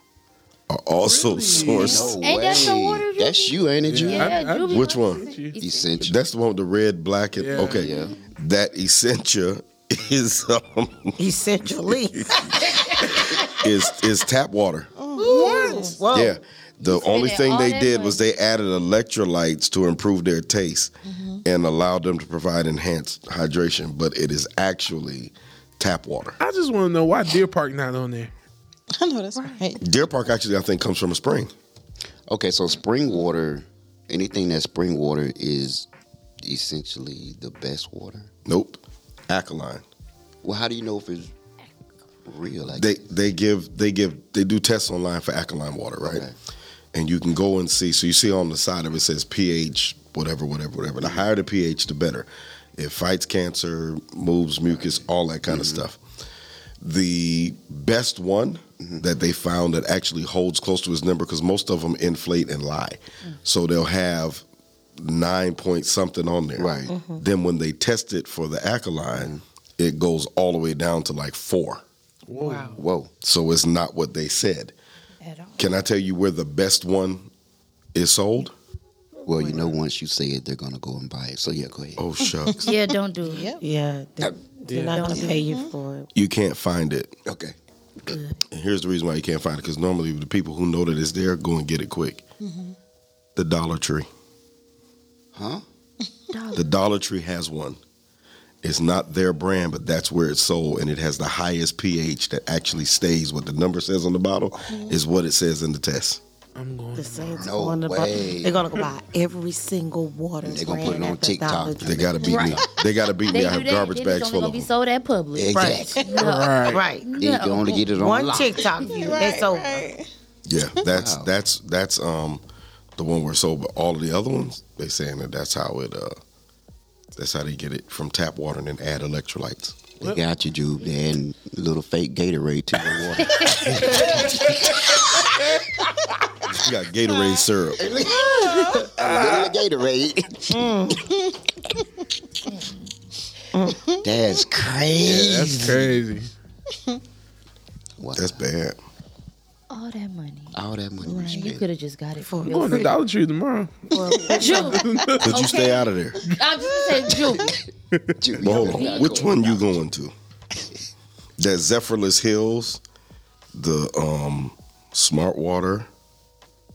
are also sourced.
No
Ain't that the
way.
water you
That's you, ain't it? You
yeah,
I- I-
Juby
Which
wants
one?
to-
Essential.
essential.
That's the one with the red, black, and
Yeah.
okay.
Yeah.
That Essentia is um,
Essentially.
is is tap water.
Whoa.
Yeah. The only
it
thing
Oh. all
they
that
did
way.
was they added electrolytes to improve their taste
Mm-hmm.
and allowed them to provide enhanced hydration, but it is actually tap water.
I just want to know why Deer Park not on there.
I know that's right.
Deer Park actually, I think, comes from a spring.
Okay, so spring water, anything that's spring water is essentially the best water.
Nope. Alkaline.
Well, how do you know if it's real? Like
They they give they give they do tests online for alkaline water, right?
Okay.
And you can go and see. So you see on the side of it says pH, whatever, whatever, whatever. The higher the pH, the better. It fights cancer, moves mucus, all that kind of
Mm-hmm.
stuff. The best one
Mm-hmm.
that they found that actually holds close to his number, because most of them inflate and lie.
Mm.
So they'll have nine point something on there.
Right. Mhm.
Then when they test it for the alkaline, it goes all the way down to like four.
Wow.
whoa,
So it's not what they said.
At all.
Can I tell you where the best one is sold?
well, you know, once you say it, they're gonna go and buy it. So yeah, go ahead.
Oh shucks.
Yeah, don't do it.
Yeah. They, They're not going to pay you for it.
you can't find it.
Okay,
And here's the reason why you can't find it because normally the people who know that it's there go and get it quick.
Mm-hmm.
The Dollar Tree.
huh?
The Dollar Tree has one. It's not their brand, but that's where it's sold, and it has the highest pH that actually stays. What the number says on the bottle
Mm-hmm.
is what it says in the test.
I'm going.
The Saints
No
going to buy.
way.
They're going to go buy every single water.
They're gonna put it
brand
on
at the
TikTok.
Dollar Tree.
They gotta beat me. They gotta beat
They
me. I
do
have
that,
garbage
then
bags
it's only
full
gonna
of
be
them.
sold at public.
Exactly.
Right.
You can only get it on
One
lock.
TikTok view. That's over.
Yeah, that's
Wow.
that's that's um the one where it's sold, but all of the other ones they saying that that's how it uh that's how they get it from tap water and then add electrolytes.
They got you, Jube. They adding a little fake Gatorade to the water.
You got Gatorade syrup.
Little Gatorade. That's crazy.
That's crazy.
Wow.
That's bad.
All that money.
all that money we
Oh, You
spent.
could have just got it for
I'm going to Dollar Tree tomorrow.
Juke.
Could you stay out of there?
I just said Juke.
Jube,
But hold
you
on,
gotta
which
go.
one you going to? That Zephyrless Hills, the um Smart Water,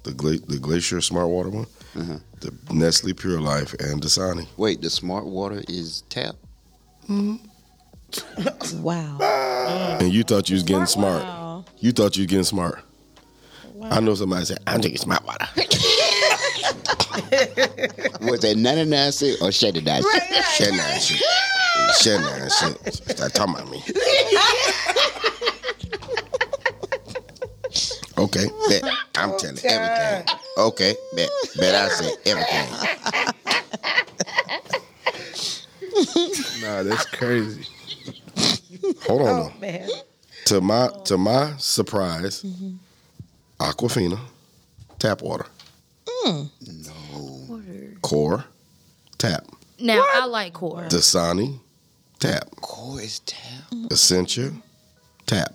the gla- the Glacier Smart Water one, the Nestle Pure Life, and Dasani.
Wait, the smart water is tap.
Wow.
and you thought you was getting smart. You thought you was getting smart. I know somebody said, I'm drinking smart water.
Was that 99 cent or 79 cent?
Shut that shit. Shut that shit. Stop talking about me. okay, bet. I'm telling everything. Okay, bet. Bet I said everything.
Nah, that's crazy.
Hold on. though.
man.
To my to my surprise, Aquafina, tap water. No. Core, tap.
Now I like core.
Dasani, tap.
Core is tap.
Essentia, tap.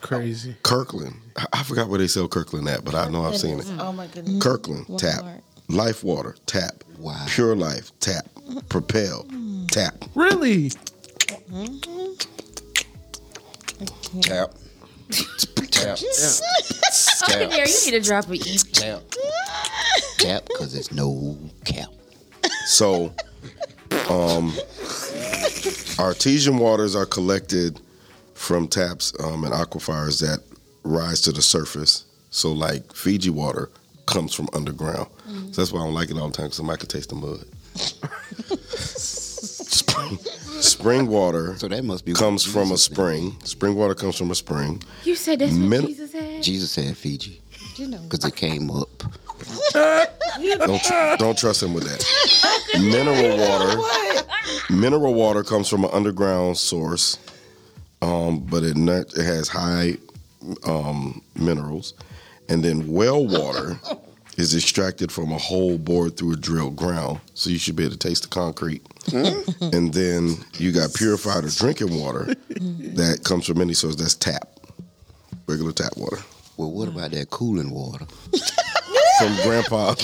Crazy.
Kirkland. I- I forgot where they sell Kirkland at, but I know I've seen it.
Oh my
Mm-hmm.
goodness.
Kirkland,
Walmart.
tap. Life Water, tap.
Wow.
Pure Life, tap. Propel,
Mm-hmm.
tap.
Really?
Tap. tap.
Tap.
Yeah, you need to drop an E.
Tap. Tap because there's no cap.
So, um, artesian waters are collected from taps um, and aquifers that rise to the surface. So, like Fiji water comes from underground. So that's why I don't like it all the time because somebody can taste the mud. spring, spring water
So that must be what
comes
Jesus
from a
said.
spring. Spring water comes from a spring.
You said that's what
Min-
Jesus had.
Jesus said Fiji
You know.
because it came up.
Don't tr- don't trust him with that. mineral water. mineral water comes from an underground source, um, but it not, it has high um, minerals, and then well water is extracted from a hole bored through a drilled ground, so you should be able to taste the concrete. and then you got purified or drinking water that comes from any source. That's tap, regular tap water
Well, what about that cooling water?
from grandpa.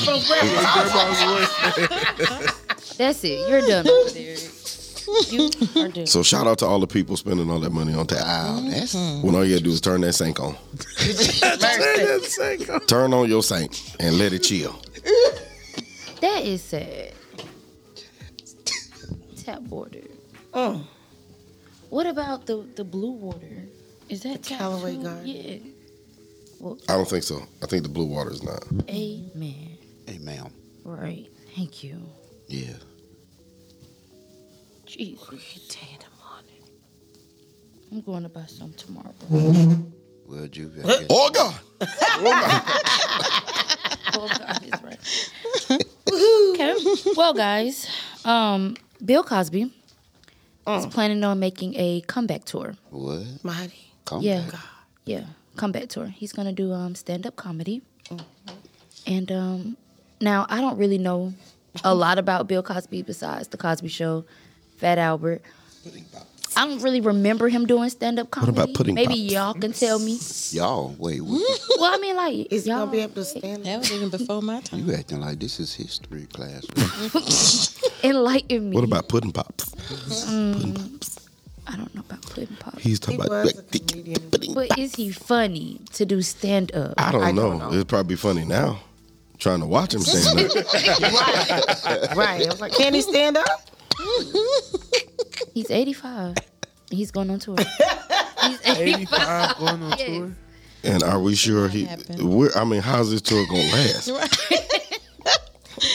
That's it. You're done over there. You are done.
So shout out to all the people spending all that money on tap.
Oh, that's
When all you gotta do is turn that sink on. Turn on your sink and let it chill.
That is sad. Tap water.
Mm.
What about the the blue water? Is that tap
Callaway
too?
Garden.
Yeah.
I don't think so. I think the blue water is not.
Amen.
hey, ma'am.
Right. Thank you.
Yeah.
Jesus. I'm going to buy some tomorrow.
Well, you. I guess-
Oh God!
Oh, God, it's right. okay. Well, guys, um, Bill Cosby
Oh.
is planning on making a comeback tour.
What?
Mighty.
Oh
Come
Yeah.
back.
Yeah, comeback tour. He's gonna do um stand up comedy.
Mm-hmm.
And um now I don't really know a lot about Bill Cosby besides the Cosby show, Fat Albert. I don't really remember him doing stand up comedy.
about Pudding
Maybe
Pop?
y'all can tell me.
Y'all, wait. What,
Well, I mean like
Is he
y'all
gonna be able to stand up?
That was even before my time.
you acting like this is history class.
enlighten me. Mm.
What about pudding pops?
I don't know about Pudding Pop.
He's talking
He
about.
was a comedian.
But is he funny to do stand up?
I don't know. It'd probably be funny now. Trying to watch him stand up.
right. I was like, can he stand up?
He's 85. He's going on tour. He's 85.
85 going on tour.
And are we sure he?
happened.
We're, I mean, how's this tour gonna last?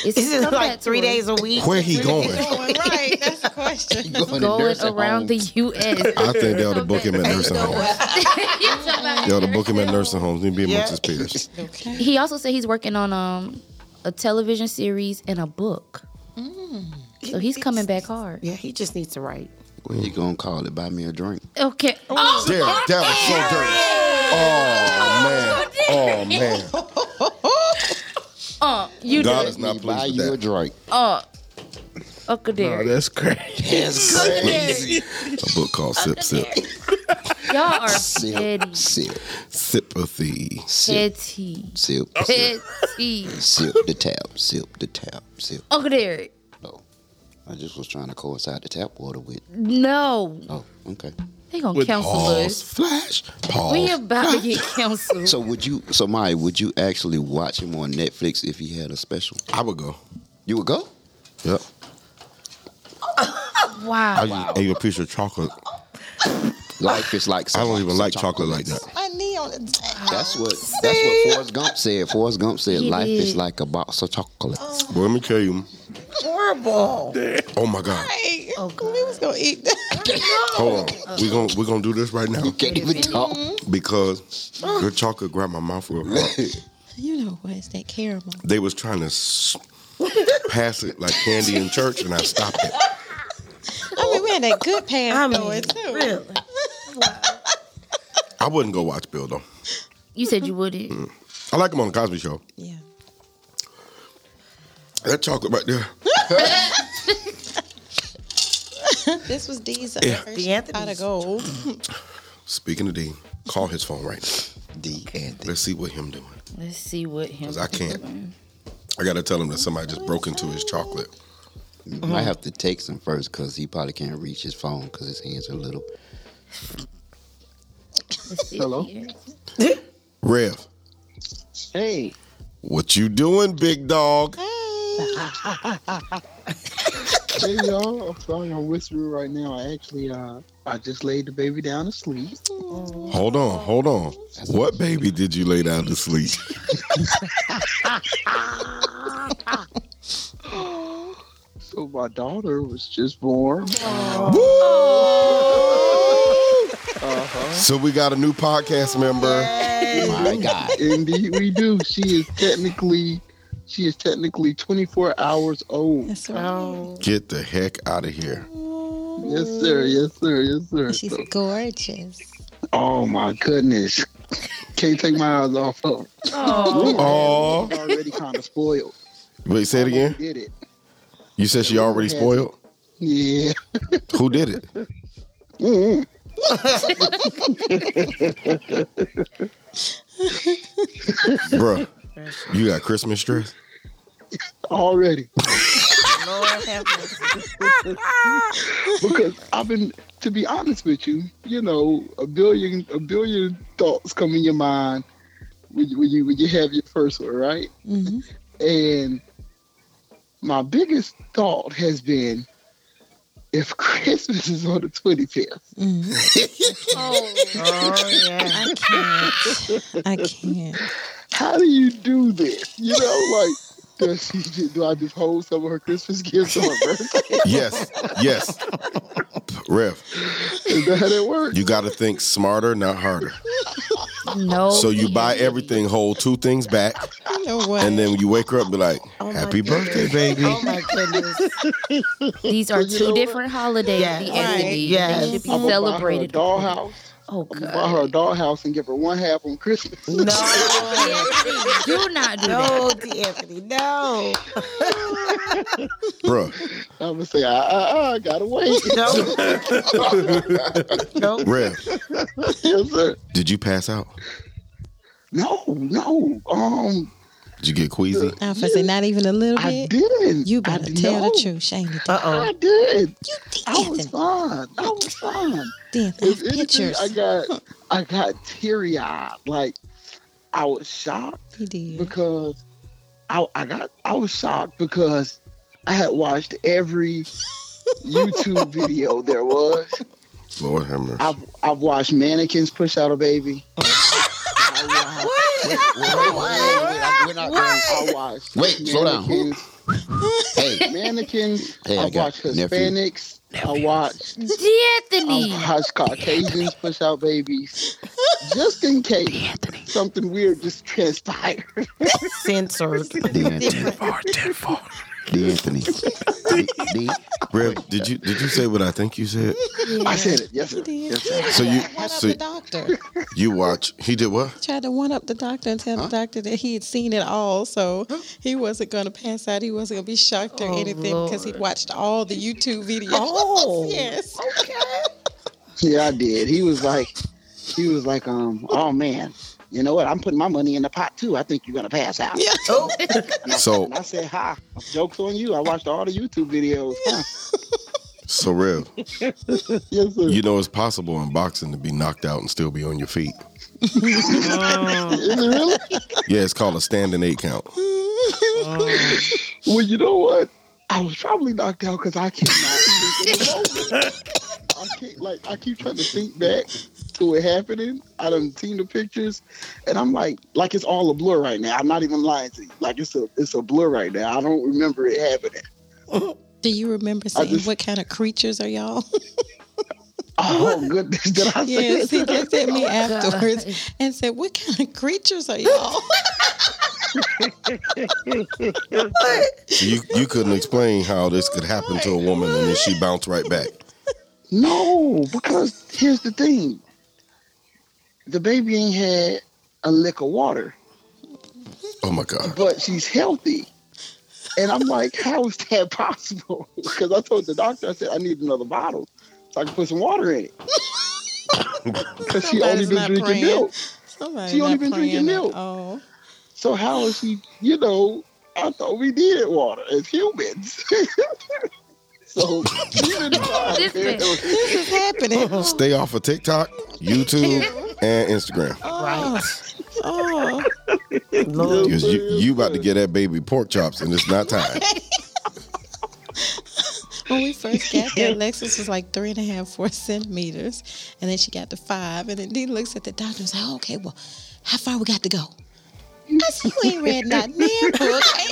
It's
Is it
comeback
like three
tour.
days a week?
Where he going?
right, that's the question.
Going,
going around the U.S.
I think they ought to book him at nursing homes. They ought to book him at nursing homes. He'd be amongst his peers.
Okay.
He also said he's working on um a television series and a book. Mm. So he's coming back hard.
Yeah, he just needs to write.
What you gonna call it? Buy me a drink.
Okay. Oh,
Derek, that was so dirty. Oh man! Oh man!
uh, you do.
God
it.
is not
buy
pleased with
you a
that.
drink.
Uh, Uncle
Oh,
Derek.
that's crazy.
A book called Sip Sip.
Y'all are
Sip,
petty.
sip,
Sympathy.
sip,
Petty.
sip, sip,
Petty.
sip the tap, sip the tap, sip.
Uncle Derek.
Oh, I just was trying to coincide the tap water with.
No.
Oh, okay.
They gonna
With
counsel
Pause.
us.
Flash.
We
Pause.
about to get counseled.
So would you, so Maya, would you actually watch him on Netflix if he had a special?
I would go.
You would go.
Yep.
Wow.
I ate a piece of chocolate
Life is like
I don't even like chocolate like that.
My knee on the
That's what that's what Forrest Gump said. Forrest Gump said
He
life
did. Oh.
is like a box of chocolates.
But let me tell you.
Horrible.
Oh my God.
Hey,
Oh, God.
we was gonna eat that.
Hold on. We're gonna we're gonna do this right now
You can't even
Mm-hmm.
talk.
because your chocolate grabbed my mouth real hard.
you know what? It's that caramel.
They was trying to s- pass it like candy in church, and I stopped it.
I mean, we had that good
I
pan
mean,
going too.
really.
I wouldn't go watch Bill though.
You said you wouldn't.
I like him on the Cosby Show.
Yeah.
That chocolate right there.
This was Dee's uh,
Yeah.
first
The Anthony's.
pot of gold.
Speaking of D, call his phone right now.
D and D.
Let's see what him doing.
Let's see what him.
'Cause I can't. I gotta tell him that somebody just broke into his chocolate.
You might
Mm-hmm.
have to text him first because he probably can't reach his phone because his hands are little.
Let's see
Hello?
if he is.
Rev,
Hey,
what you doing, big dog?
hey y'all! I'm sorry I'm whispering right now. I actually, uh, I just laid the baby down to sleep.
Hold on, hold on. What baby did you lay down to sleep?
So my daughter was just born. Uh-huh.
So we got a new podcast member.
My God.
Indeed, we do. She is technically, she is technically 24 hours old.
That's right.
Get the heck out of here.
Yes, sir. Yes, sir. Yes, sir.
She's
So-
gorgeous.
oh my goodness! Can't take my eyes off of her.
Oh,
Already kind of spoiled.
wait, say it again.
Did it?
You said she already spoiled.
Yeah.
Who did it?
Mm.
Bruh, you got Christmas stress?
Already.
Lord have mercy.
because I've been, to be honest with you, you know, a billion, a billion thoughts come in your mind when you when you, when you have your first one, right?
Mm-hmm.
Mhm.
And my biggest thought has been, if Christmas is on the twenty fifth,
Oh, yeah.
I can't. I can't.
how do you do this? You know, like. Does she, ju- do I just hold some of her Christmas gifts on her birthday?
Yes, yes. Rev,
Is that how that works?
you got to think smarter, not harder.
No.
So you buy everything whole, two things back,
You know what?
and then when you wake her up, be like, "Happy birthday, baby."
Oh, my goodness.
These are two different holidays.
Yeah.
The
Right.
entity.
Yes.
They should be
I'm gonna buy her a
celebrated.
dollhouse.
Oh
I'm gonna buy
God.
her a dollhouse and give her one half on Christmas.
No.
Do not do that.
No, D'Anthony, no.
Bruh,
I'm gonna say, ah, ah, ah, gotta wait.
No. nope.
Rev,
yes, sir.
did you pass out?
No, no. Um,
Did you get queasy?
Alpha said, not even a little
I
bit.
didn't.
You
I
better
did-
tell
no,
the truth, Shane. You
Uh oh.
I did.
did.
I was fine. I was fine.
Then I
If
have
anything,
pictures.
I got, I got teary eyed. Like I was shocked
He did.
because I, I got, I was shocked because I had watched every YouTube video there was.
Lord have mercy.
I've, I've watched mannequins push out a baby. I watched
We're not going.
I watched.
Wait, slow down. Who-
mannequins.
Hey,
Mannequins.
Hey, I
I,
got
watched
nephew.
Hispanics. I watched. I
D'Anthony.
watched Caucasians push out babies, just in case something weird just transpired.
Censored.
D Anthony. D Anthony. D- D.
Rev, did you did you say what I think you said?
I said it. Yes, sir.
He
Yes,
did.
sir.
So you
One up
so
the doctor.
you watch? He did what?
Tried to one up the doctor and tell the doctor that he had seen it all, so he wasn't going to pass out. He wasn't going to be shocked
Oh,
or anything because he'd watched all the YouTube videos.
Oh.
yes.
Yeah, I did. He was like, he was like, um, oh man, you know what? I'm putting my money in the pot too. I think you're gonna pass out.
Yeah.
So
And I said, ha, jokes on you. I watched all the YouTube videos. Huh.
so Rev,
Yes, sir.
you know it's possible in boxing to be knocked out and still be on your feet.
Oh,
Is it really?
Yeah, it's called a standing eight count.
oh.
Well, you know what? I was probably knocked out because I cannot. I can't like I keep trying to think back to it happening. I done seen the pictures, and I'm like, like it's all a blur right now. I'm not even lying to you. Like it's a it's a blur right now. I don't remember it happening.
Do you remember saying
just-
what kind of creatures are y'all?
Oh goodness, did I say
yes, he looked at
Oh,
me afterwards and said, "What kind of creatures are y'all?"
You you couldn't explain how this could happen to a woman and then she bounced right back.
no? Because here's the thing: the baby ain't had a lick of water.
Oh my god.
but she's healthy. And I'm like, how is that possible? Because I told the doctor, I said, I need another bottle so I can put some water in it. Because she only
Somebody's
been
not
drinking
praying.
milk.
Somebody
She only
not
been
praying.
drinking milk.
Oh,
So how is she, you know, I thought we needed water as humans. so she didn't find
This
it.
this is happening.
Stay off of TikTok, YouTube, and Instagram.
Right.
Oh,
Lord.
Because you, you about to get that baby pork chops and it's not time.
when we first got there, Lexus was like three and a half, four centimeters, and then she got to five, and then Dee looks at the doctor and says, oh, "Okay, well, how far we got to go?" I said, "You ain't read not damn book. Hey, I'm trying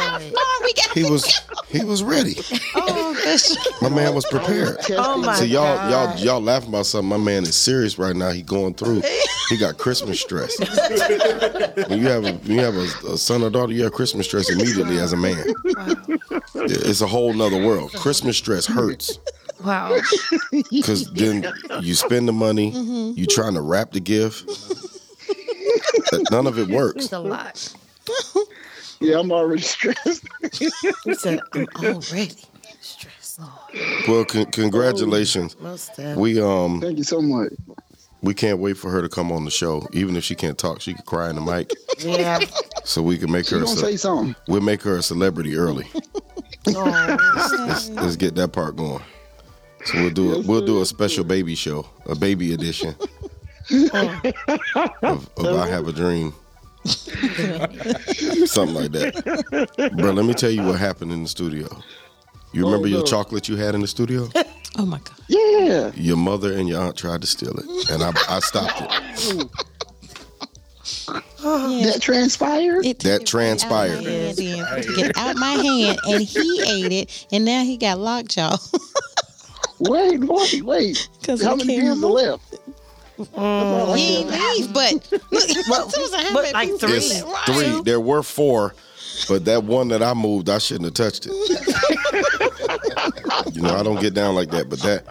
how far we got
He
to
was
go."
he was ready.
Oh, Bishop.
My man was prepared.
Oh my
So y'all
God.
y'all y'all laughing about something. My man is serious right now. He going through. He got Christmas stress. when you have a, when you have a, a son or daughter, you have Christmas stress immediately as a man. It's a whole nother world. Christmas stress hurts.
Wow.
Cause then you spend the money,
Mm-hmm.
you trying to wrap the gift. But None of it works.
It's a lot.
Yeah, I'm already stressed.
He said, I'm already stressed.
Well, con- congratulations.
Most of
We um
Thank you so much.
we can't wait for her to come on the show. Even if she can't talk, she can cry in the mic,
Yeah.
so we can make
You
her. a
gonna say
ce-
something?
we'll make her a celebrity early.
Oh,
Let's, let's get that part going. So we'll do a, we'll do a special baby show, a baby edition of, of I Have a Dream, something like that. Bro, let me tell you what happened in the studio. You remember your chocolate you had in the studio?
Oh my God.
Yeah.
Your mother and your aunt tried to steal it, and I, I stopped it.
That transpired?
It
That
took it right out of
transpired.
my hand then. Took it out my hand, and he ate it, and now he got locked, y'all.
Wait, wait, wait.
'Cause
How
we
many
can't
years are left?
He ain't leave, but look, it was a how
but
many
like
people
three.
It's
left, right?
three. There were four, but that one that I moved, I shouldn't have touched it. you know, I don't get down like that, but that,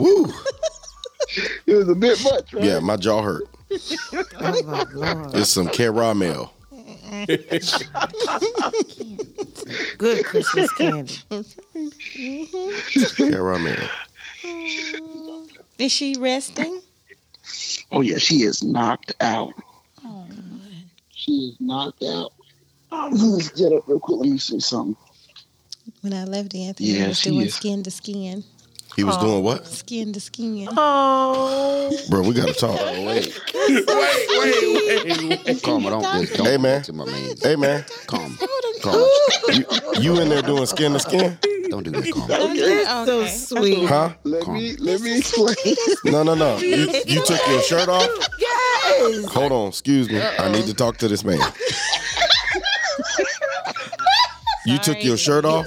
woo,
It was a bit much, right?
yeah, my jaw hurt. It's some caramel.
good Christmas candy.
Caramel.
Is she resting?
Oh yeah, she is knocked out. She is knocked out. Um, Let's get up real quick. Let me see something.
When I left Anthony,
Yeah,
I was
she
doing
is.
skin to skin,
He was doing what?
skin to skin.
Oh,
Bro, we got to talk.
Calm it on. Don't
Hey, man.
do it to my man.
Hey, man,
Calm.
Hold
Calm.
you, you in there doing skin to skin?
Don't do that. Calm.
on. Okay.
so
okay.
sweet.
Huh?
Let me let me explain.
No, no, no. You, you took your shirt off?
Yes.
Hold on, excuse me. I need to talk to this man. You took your shirt off?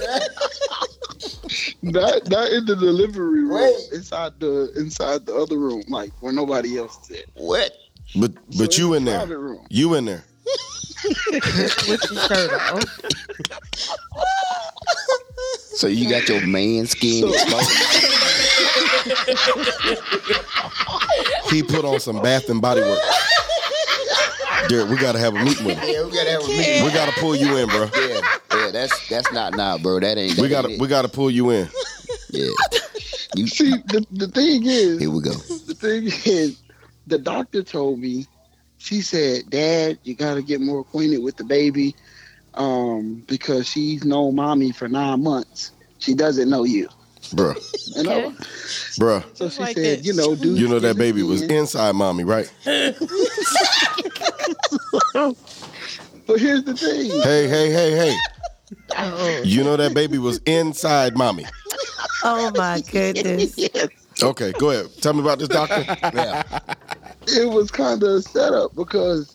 not not in the delivery room. Inside the inside the other room, like where nobody else is. at.
What?
But but
So
you
it's
in
a
there.
private room.
You in there.
So you got your man skin exposed?
He put on some Bath and Body Works. Derek, we gotta have a meeting with him.
Yeah, we gotta have a meeting.
We gotta pull you in, bro.
Yeah, yeah, that's that's not nah, bro. That ain't.
We
that
gotta
ain't
we
it.
gotta pull you in.
Yeah. You
See, the, the thing is,
Here we go.
the thing is, the doctor told me, she said, Dad, you got to get more acquainted with the baby um, because she's known mommy for nine months. She doesn't know you.
Bruh.
And I was-
Bruh.
so she
like
said,
this.
you know, dude.
You know that baby was inside mommy, right?
But here's the thing.
Hey, hey, hey, hey. You know that baby was inside mommy.
Oh my goodness.
yes.
Okay, go ahead. Tell me about this doctor.
Yeah.
it was kind of a setup because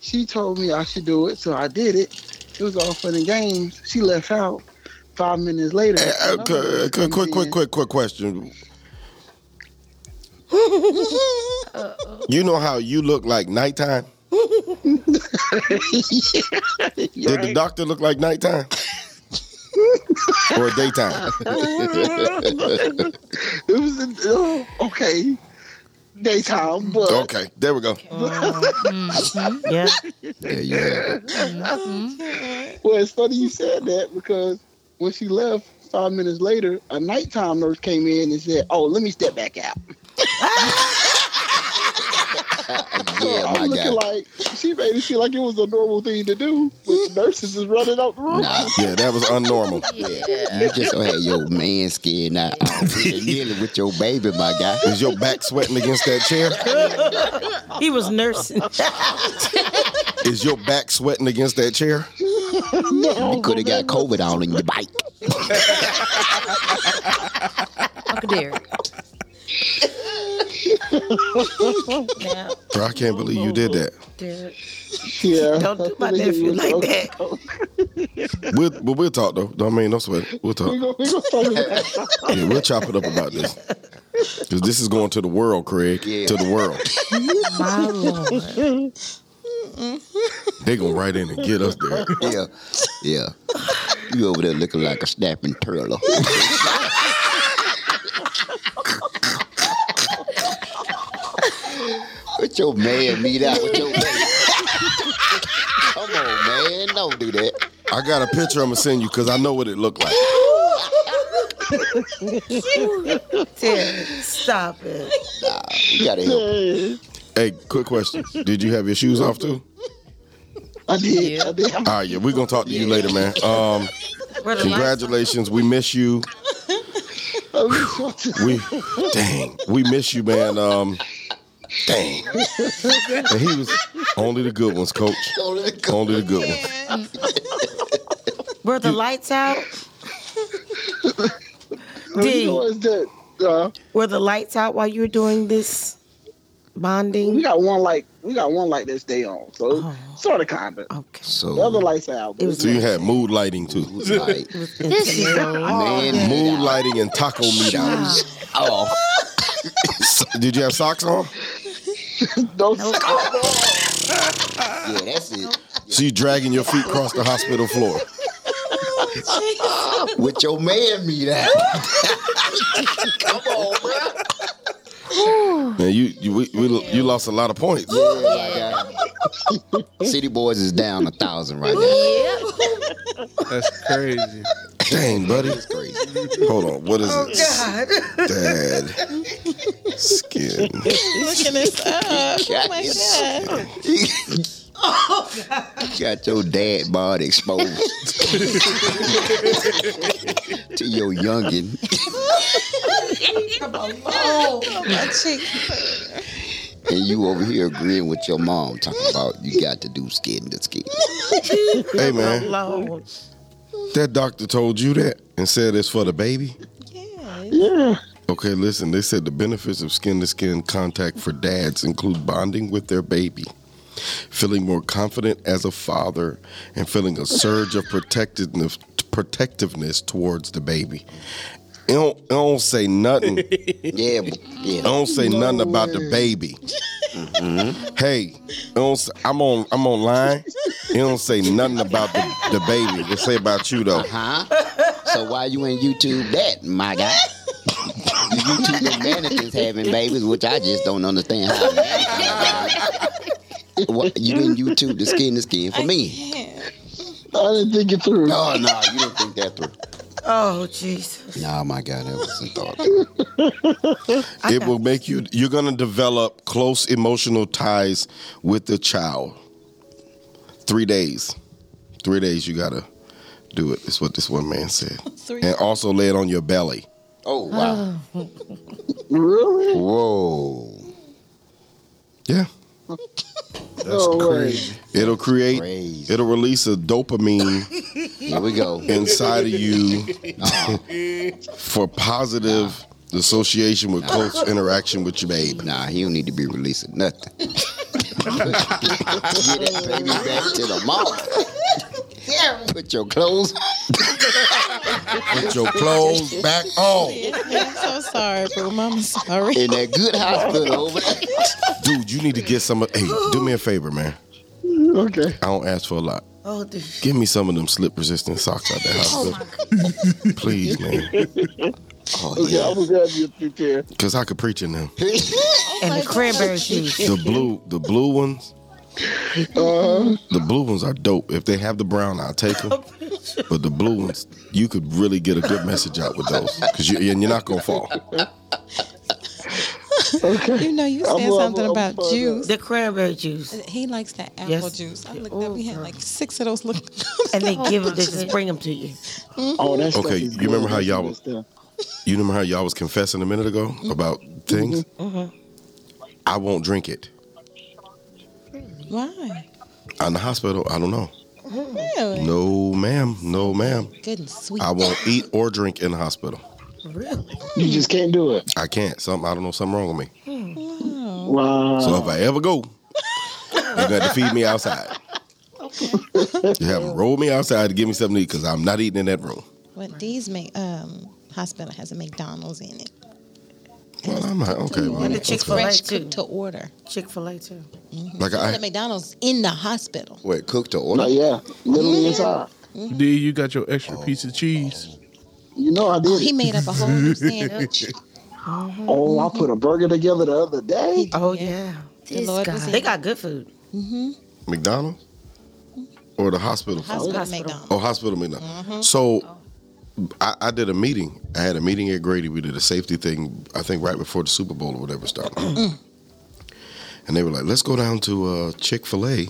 she told me I should do it, so I did it. It was all fun and games. She left out five minutes later.
Uh,
another
qu-
one
qu- quick,
comes
quick,
in.
quick, quick question. you know how you look like nighttime?
Yeah,
Did the doctor look like nighttime? or daytime?
it was a, oh, okay. Daytime, but
Okay, there we go.
Yeah.
Yeah, you have it.
well, it's funny you said that because when she left five minutes later, a nighttime nurse came in and said, "Oh, let me step back out."
Yeah,
I'm
my
looking
guy.
like she made it seem like it was a normal thing to do, but the nurses is running out the room.
Nah,
Yeah, that was unnormal.
you just had your man skin out. You're dealing with your baby, my guy.
Is your back sweating against that chair?
He was nursing.
Is your back sweating against that chair?
Oh,
You could have got COVID on in your bike.
Uncle Derek.
Now,
Bro, I can't believe you did that.
Derek,
Yeah,
don't do my nephew like that.
We'll, but we'll talk though. Don't mean no sweat. We'll talk.
We gonna, we gonna talk about
Yeah, we'll chop it up about this. Because this is going to the world, Craig.
Yeah.
To the world.
My lord.
They gonna write in and get us there.
Yeah, yeah. You over there looking like a snapping turtle. Put your man meat out with your man. Come on, man. Don't do that.
I got a picture I'm gonna send you because I know what it looked like.
Derek, stop it.
You gotta help.
that.
Hey, quick question. Did you have your shoes off too?
I did. I did.
All right, yeah, we're gonna talk to you later, man. Um, congratulations. We miss you. We dang, we miss you, man. Um dang. And he was only the good ones, coach. Only the good ones.
Were the lights out?
You know,
D,
it's that, uh,
were the lights out while you were doing this
we
bonding?
got one like we got one like this day on, so sort of kind of.
Okay.
The
So,
other lights out. but
Oh. It was
So you had mood lighting too.
like,
This is
Oh,
man, oh,
Mood lighting and taco meat.
off.
So- Did you have socks on?
no, stop.
Yeah, that's it.
So you dragging your feet across the hospital floor.
With your man meat out. Come on, bro.
Man, you you we, we, you lost a lot of points.
City Boys is down a thousand right now.
That's crazy.
Dang, buddy.
It's crazy.
Hold on. What is it? Dad. Skin.
Looking this up. Oh my God.
You got your dad bod exposed to your youngin,
My cheek.
and you over here agreeing with your mom talking about you got to do skin to skin.
Hey man,
Lord.
that doctor told you that and said it's for the baby.
Yeah.
Okay, listen. They said the benefits of skin to skin contact for dads include bonding with their baby, feeling more confident as a father, and feeling a surge of protectiveness protectiveness towards the baby. It don't, it don't say nothing.
Yeah, b-
I
yeah.
don't say nothing about the baby. Hey, it don't s- I'm on I'm online. It don't say nothing about the, the baby. It say about you though.
Huh? So why you ain't YouTube that, my guy? You YouTube the mannequins having babies, which I just don't understand how. Why- you didn't YouTube the skin to skin for me.
I didn't think it through.
Oh no, you didn't think that through.
Oh, Jesus.
No, my God, that wasn't thought.
It will make you you're gonna develop close emotional ties with the child. Three days. Three days you gotta do it. It's what this one man said.
Three.
And also lay it on your belly.
Oh wow!
Really?
Whoa!
Yeah.
That's
No way.
crazy.
It'll create
Crazy.
it'll release a dopamine
Here we go.
inside of you for positive association with close interaction with your babe.
Nah, he don't need to be releasing nothing. Get that baby back to the mama. Put your clothes.
Put your clothes back on.
I'm so sorry, Boom. I'm sorry.
in that good hospital over there.
Dude, you need to get some of hey, do me a favor, man.
Okay.
I don't ask for a lot.
Oh, dude.
Give me some of them slip resistant socks out that hospital. Please, man.
Oh,
Okay,
yeah.
I'm gonna grab you a few pair.
Cause I could preach in them.
and the cranberry juice.
The blue the blue ones. The blue ones are dope. If they have the brown, I'll take them. But the blue ones, you could really get a good message out with those, cause you, and you're not gonna fall.
You know, you
I'm-
said
I'm-
something
I'm
about
further.
juice.
The cranberry juice.
He likes that apple
Yes.
juice. I looked up. We had like six of those. Look,
And they give it, they just bring them to you.
Oh, that's
Okay, you remember how y'all was- You remember how y'all was confessing a minute ago about things? I won't drink it.
why?
I'm in the hospital. I don't know.
Really?
No, ma'am. No, ma'am.
Good and sweet.
I won't eat or drink in the hospital.
Really?
You just can't do it.
I can't. Some I don't know. Something wrong with me.
Wow.
So if I ever go, you're gonna have to feed me outside. You have to roll me outside to give me something to eat because I'm not eating in that room.
What these make um hospital has a McDonald's in it.
Well, I'm not okay. Well,
And the
okay.
Chick Fil A
Fresh cooked
too.
to order.
Chick Fil A too.
like
The
I,
McDonald's in the hospital.
Wait, cooked or
No,
order?
yeah, literally inside.
D, you got your extra piece of cheese.
You know I did.
He
it.
made up a whole new sandwich.
Oh, I put a burger together the other day.
Oh yeah.
The Lord was
guy.
in
They got good food.
McDonald's or the hospital. food?
hospital
hospital.
McDonald's.
Oh, hospital meeting. So I, I did a meeting. I had a meeting at Grady. We did a safety thing, I think right before the Super Bowl or whatever started. and they were like, let's go down to uh, Chick fil A.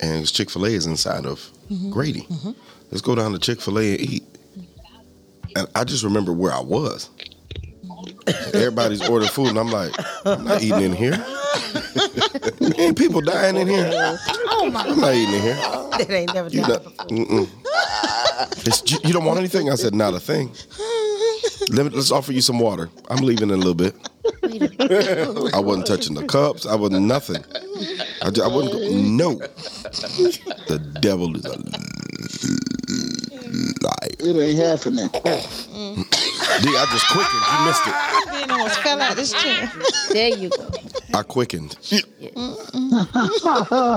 And Chick fil A is inside of Grady. Let's go down to Chick fil A and eat. And I just remember where I was. Everybody's ordering food, and I'm like, I'm not eating in here. Ain't people dying in here? I'm not eating in here.
That ain't never
You
done
not-
before.
mm-mm. It's- you- you don't want anything? I said, not a thing. Let me, let's offer you some water. I'm leaving in a little bit. I wasn't touching the cups. I wasn't nothing. I, ju- I wouldn't go, no. The devil is a liar.
It ain't happening.
D, I just quickened. You missed it.
Then almost fell out this chair.
There you go.
I quickened.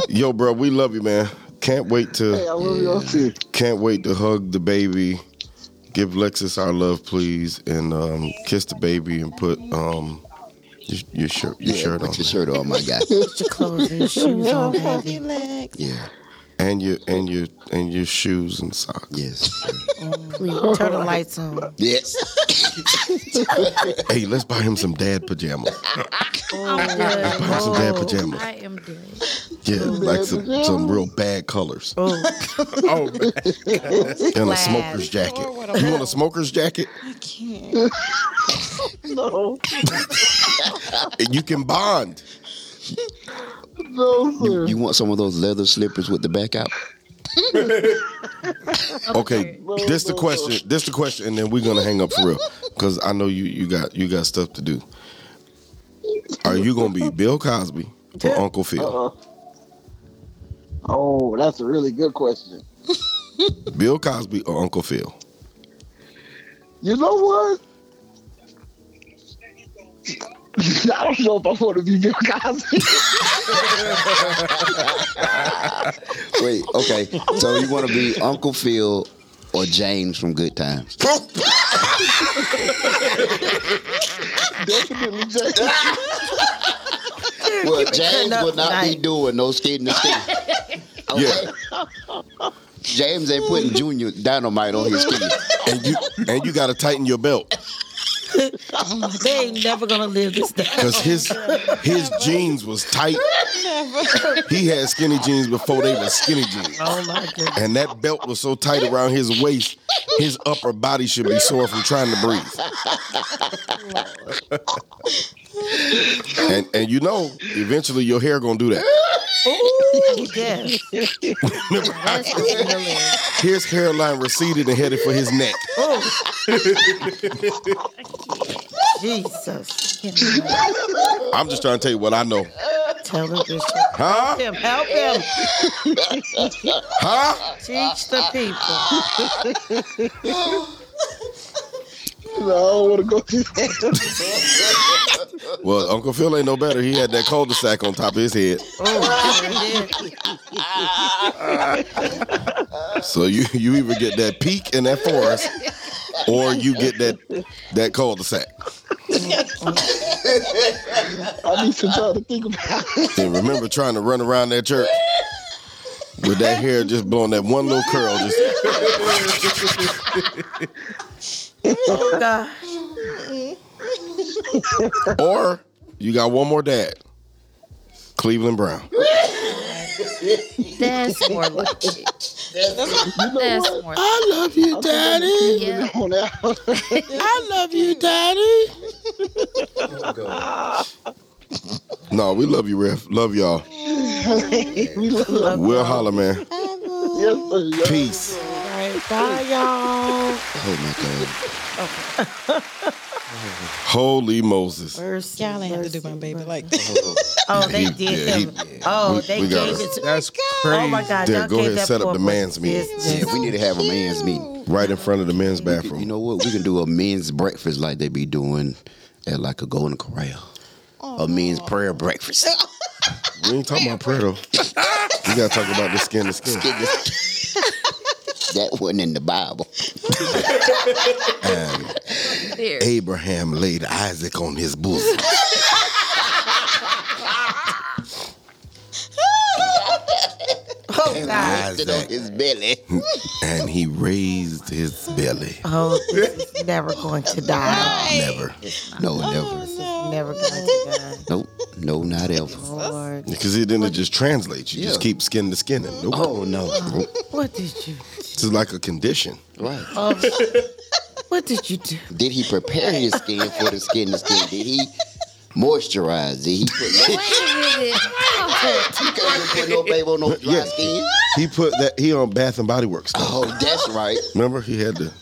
Yo, bro, we love you, man. Can't wait to.
Hey, I love y'all too.
Can't wait to hug the baby. Give Lexus our love, please, and um, kiss the baby and put um, your, your shirt your
Yeah,
shirt on
put your shirt on, my guy.
Put your clothes and your shoes on, baby.
Relax.
Yeah.
and your and your and your shoes and socks.
Yes.
Turn the lights on.
Yes.
Hey, let's buy him some dad pajamas.
I'm good.
Buy him some
Oh,
dad pajamas.
I am good.
Yeah, like some, some real bad colors
Oh, man.
and a smoker's jacket. You want a smoker's jacket?
No,
You can bond.
no, sir.
You want some of those leather slippers with the back out?
Okay, this the question. This the question, and then we're gonna hang up for real because I know you you got you got stuff to do. Are you gonna be Bill Cosby or Uncle
Uh-huh.
Phil?
Uh-uh. Oh, that's a really good question.
Bill Cosby or Uncle Phil?
You know what? I don't know if I want to be Bill Cosby.
Wait, okay. So you want to be Uncle Phil or James from Good Times?
Definitely Jay.
Well, James
up
will not be
tonight.
doing no skating to skin.
Yeah,
James ain't putting Junior Dynamite on his skin.
and you and you gotta tighten your belt
They ain't never gonna live this down.
because his his jeans was tight. He had skinny jeans before they were skinny jeans,
Oh my goodness.
and that belt was so tight around his waist, his upper body should be sore from trying to breathe. And and you know, eventually your hair gonna do that.
Ooh, yes.
That's hilarious.
His hairline receded and headed for his neck.
Jesus.
I'm just trying to tell you what I know.
Tell the bishop.
Huh?
Help him. Help him.
Huh?
Teach the people.
No, I don't want to go through that.
Well, Uncle Phil ain't no better. He had that cul-de-sac on top of his head. So you you either get that peak in that forest, or you get that that cul-de-sac.
I need some time to think about it.
And remember trying to run around that church with that hair just blowing that one little curl. Just
Oh, God.
or you got one more dad, Cleveland Brown.
That's more like it. That's more.
I love you, Daddy.
Yeah.
Come on now.
I love you, Daddy.
No, we love you, Ref. Love y'all.
we love you.
We'll holler, man.
Yes, sir. Yes.
Peace.
Bye, y'all.
Oh my God.
Holy Moses.
Mercy,
Y'all ain't have to do my
mercy,
baby
mercy.
like that.
Oh, they
He-
did
yeah,
him. oh,
we-
they
we gotta-
gave it to
That's crazy.
Oh, my God.
There,
y'all
go
gave
ahead,
that
set up
poor
the
boy
man's meal.
business.
Yeah, we need to have a man's meeting.
Right in front of the men's
You
bathroom.
know what? We can do a men's breakfast like they be doing at like a Golden Corral. A men's prayer breakfast.
We ain't talking about prayer though. We gotta talk about the skin to skin.
that wasn't in the Bible.
There.
Abraham laid Isaac on his bosom.
Oh, God.
Isaac,
His belly.
and he raised his belly.
Oh, this is never going to die.
Never. No, never.
Never going to die.
Nope. No, not ever.
Lord.
Because it didn't just translate. You just
Yeah.
keep skin to skin. And nope.
Oh no.
What did you
It's like a condition.
Right.
What did you do?
Did he prepare his skin for the skin to skin? Did he moisturize? Did he put,
Wait a minute. Oh,
he couldn't put no babe on no dry
Yeah.
skin?
He put that he on Bath and Body Works. stuff.
Oh, that's right.
Remember he had the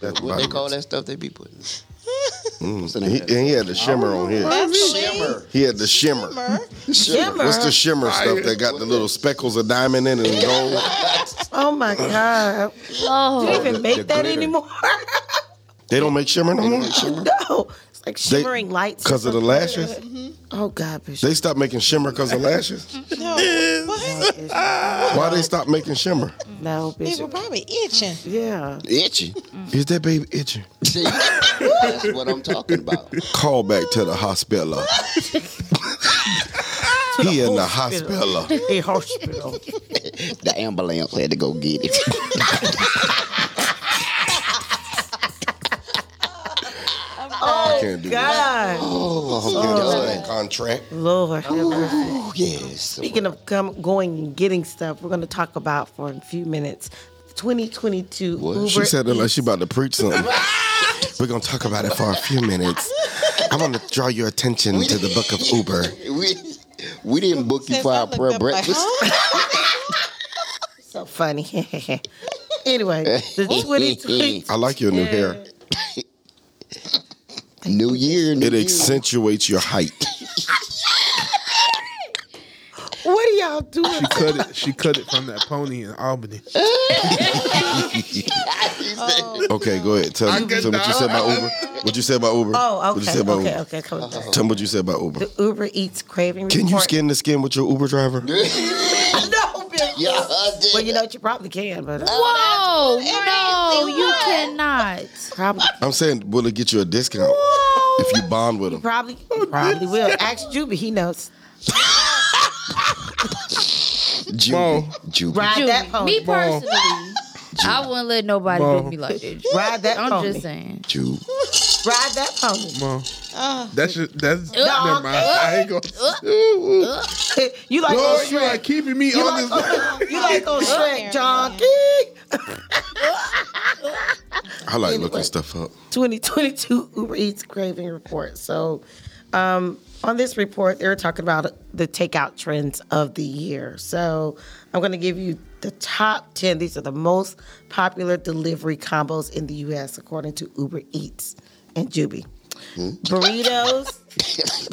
Bath and
What
Body
they call
Works.
that stuff they be putting? What's the
Mm. And,
name
he,
of that?
and he had the shimmer on here.
Shimmer.
He had the shimmer.
Shimmer.
What's the shimmer stuff that got the little speckles of diamond in it and gold?
Oh my God. Do you
oh.
even make that anymore?
They don't make shimmer no more
no. It's like shimmering lights.
because of the lashes.
Oh, God, Bishop.
They stopped making shimmer because of lashes.
No, Bishop.
Why they stopped making shimmer?
No,
People
Bishop.
probably itching.
Yeah.
Itchy.
Is that baby itching?
See, that's what I'm talking about.
Call back to the hospital. he in the hospital.
A hospital.
The ambulance had to go get it.
Can't do that.
God.
Oh, contract.
Lord. have mercy.
Oh yes.
Speaking of come, going and getting stuff, we're going to talk about for a few minutes 2022 Uber
She said it like
Eats.
she about to preach something. We're gonna talk about it for a few minutes. I want to draw your attention to the book of Uber.
We, we didn't book you for our prayer breakfast.
so funny. anyway, the 2022
I like your new hair.
New year, new
It
year.
accentuates your height.
What are y'all doing?
She cut it. She cut it from that pony in Albany.
Oh.
Okay, go ahead. Tell me, tell me what you said about Uber. What you said about Uber?
Oh,
What you
okay,
said about
okay,
Uber?
okay. Coming back.
Tell me what you said about Uber.
The Uber Eats craving
Can you
report.
skin to skin with your Uber driver?
No, bitch.
Your husband.
Well, you know what? You probably can, but uh,
Whoa. No, you cannot.
probably
I'm saying, will it get you a discount if you bond with him?
probably
Oh,
probably will. Ask Juby. He knows.
Jubie. Jubie.
Ride
Julie,
that pony.
me personally, I wouldn't let nobody do me like that. Julie.
Ride that
I'm
pony.
just saying.
Jubie.
Ride that pony.
Mom, that's your, that's never mind. I ain't gonna.
you like
Lord,
on
you are
Shrek.
keeping me
You
on
like,
this.
on, you like on Shrek, John.
I like looking stuff up.
2022 Uber Eats craving report. So, um, on this report, they're talking about the takeout trends of the year. So I'm going to give you the top 10. These are the most popular delivery combos in the U.S., according to Uber Eats and Juby. Burritos.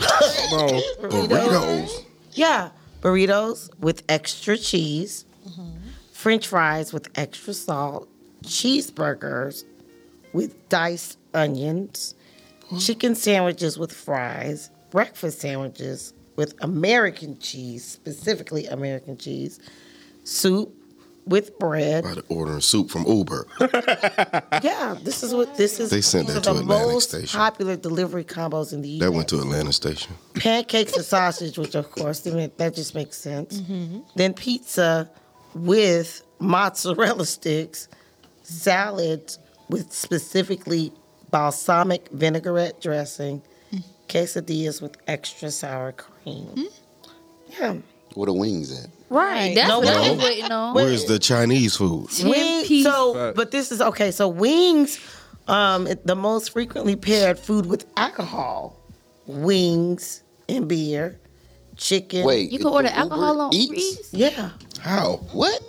No,
Burritos.
Yeah, burritos with extra cheese, French fries with extra salt, cheeseburgers with diced onions, chicken sandwiches with fries, breakfast sandwiches with American cheese, specifically American cheese, soup with bread.
By the ordering soup from Uber.
Yeah, this is what this is.
They sent
these
that
are
to
the
Atlantic
most
Station.
popular delivery combos in the U.S.
That went to Atlanta Station.
pancakes and sausage, which of course I mean, that just makes sense.
Mm-hmm.
Then pizza with mozzarella sticks, salad with specifically balsamic vinaigrette dressing,
Mm-hmm.
quesadillas with extra sour cream. Yeah,
Where the wings at?
Right. That's
No,
what
no.
I'm waiting on.
Where's the Chinese food?
Ten
Wing-
piece.
So, but this is okay. So wings, um, it- the most frequently paired food with alcohol, wings and beer, chicken.
Wait,
You can order
the Uber
alcohol on Mm.
Eats?
Reese.
Yeah.
How?
What?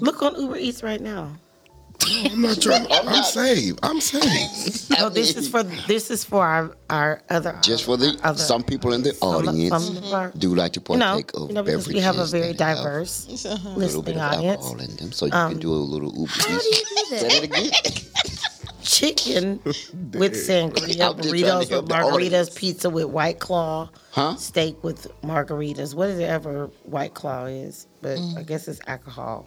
Look on Uber Eats right now.
I'm not trying. I'm saved. I'm saved.
No, this is for this is for our our other
Just for the
other-
some people in the
some-
audience
some of our-
do like to
you know,
partake of
you know, because
beverages.
we have a very
that have
diverse
a little
listening
bit of
audience. Um,
alcohol in them, so you can do a little Uber.
How do you do
Say
that?
that again.
Chicken with sangria,
I'm
burritos
just trying to help
with
the audience.
margaritas, pizza with white claw,
Huh?
steak with margaritas, whatever white claw is. But
Mm.
I guess it's alcohol.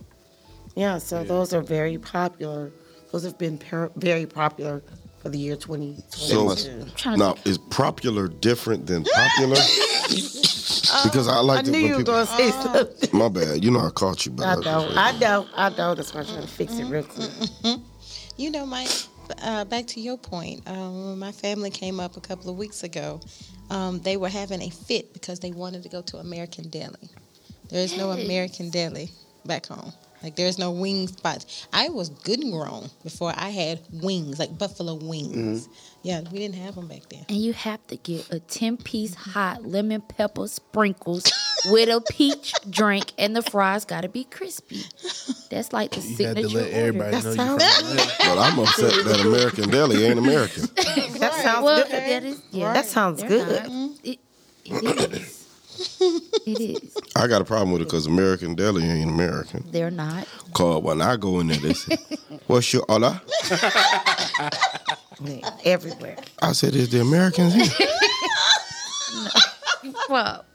Yeah, so those are very popular. Those have been per- very popular for the year 2022.
trying to
now is popular different than popular? because I
Uh, I
like to
knew
when
you were
people.
going to say something.
My bad. You know I caught you, but
I know, I know, I know. That's why I'm trying to fix it real quick.
You know, my uh, back to your point. Um, when my family came up a couple of weeks ago, um, they were having a fit because they wanted to go to American Deli. There is no American Deli back home. Like there is no wing spots. I was good and grown before I had wings, like buffalo
Mm-hmm.
wings. Yeah, we didn't have them back then.
And you have to get a 10 piece hot lemon pepper sprinkles with a peach drink, and the fries gotta be crispy. That's like the
you had
signature.
to let
order.
everybody know you from
But I'm upset that American Deli ain't American.
That sounds
Well,
good.
that is, yeah,
That sounds
they're
good.
not. It, it is. it is.
I got a problem with it because American Deli ain't American.
They're not.
Cause when I go in there, they say, "What's your order?"
Everywhere.
I said, "Is the Americans here?"
Well,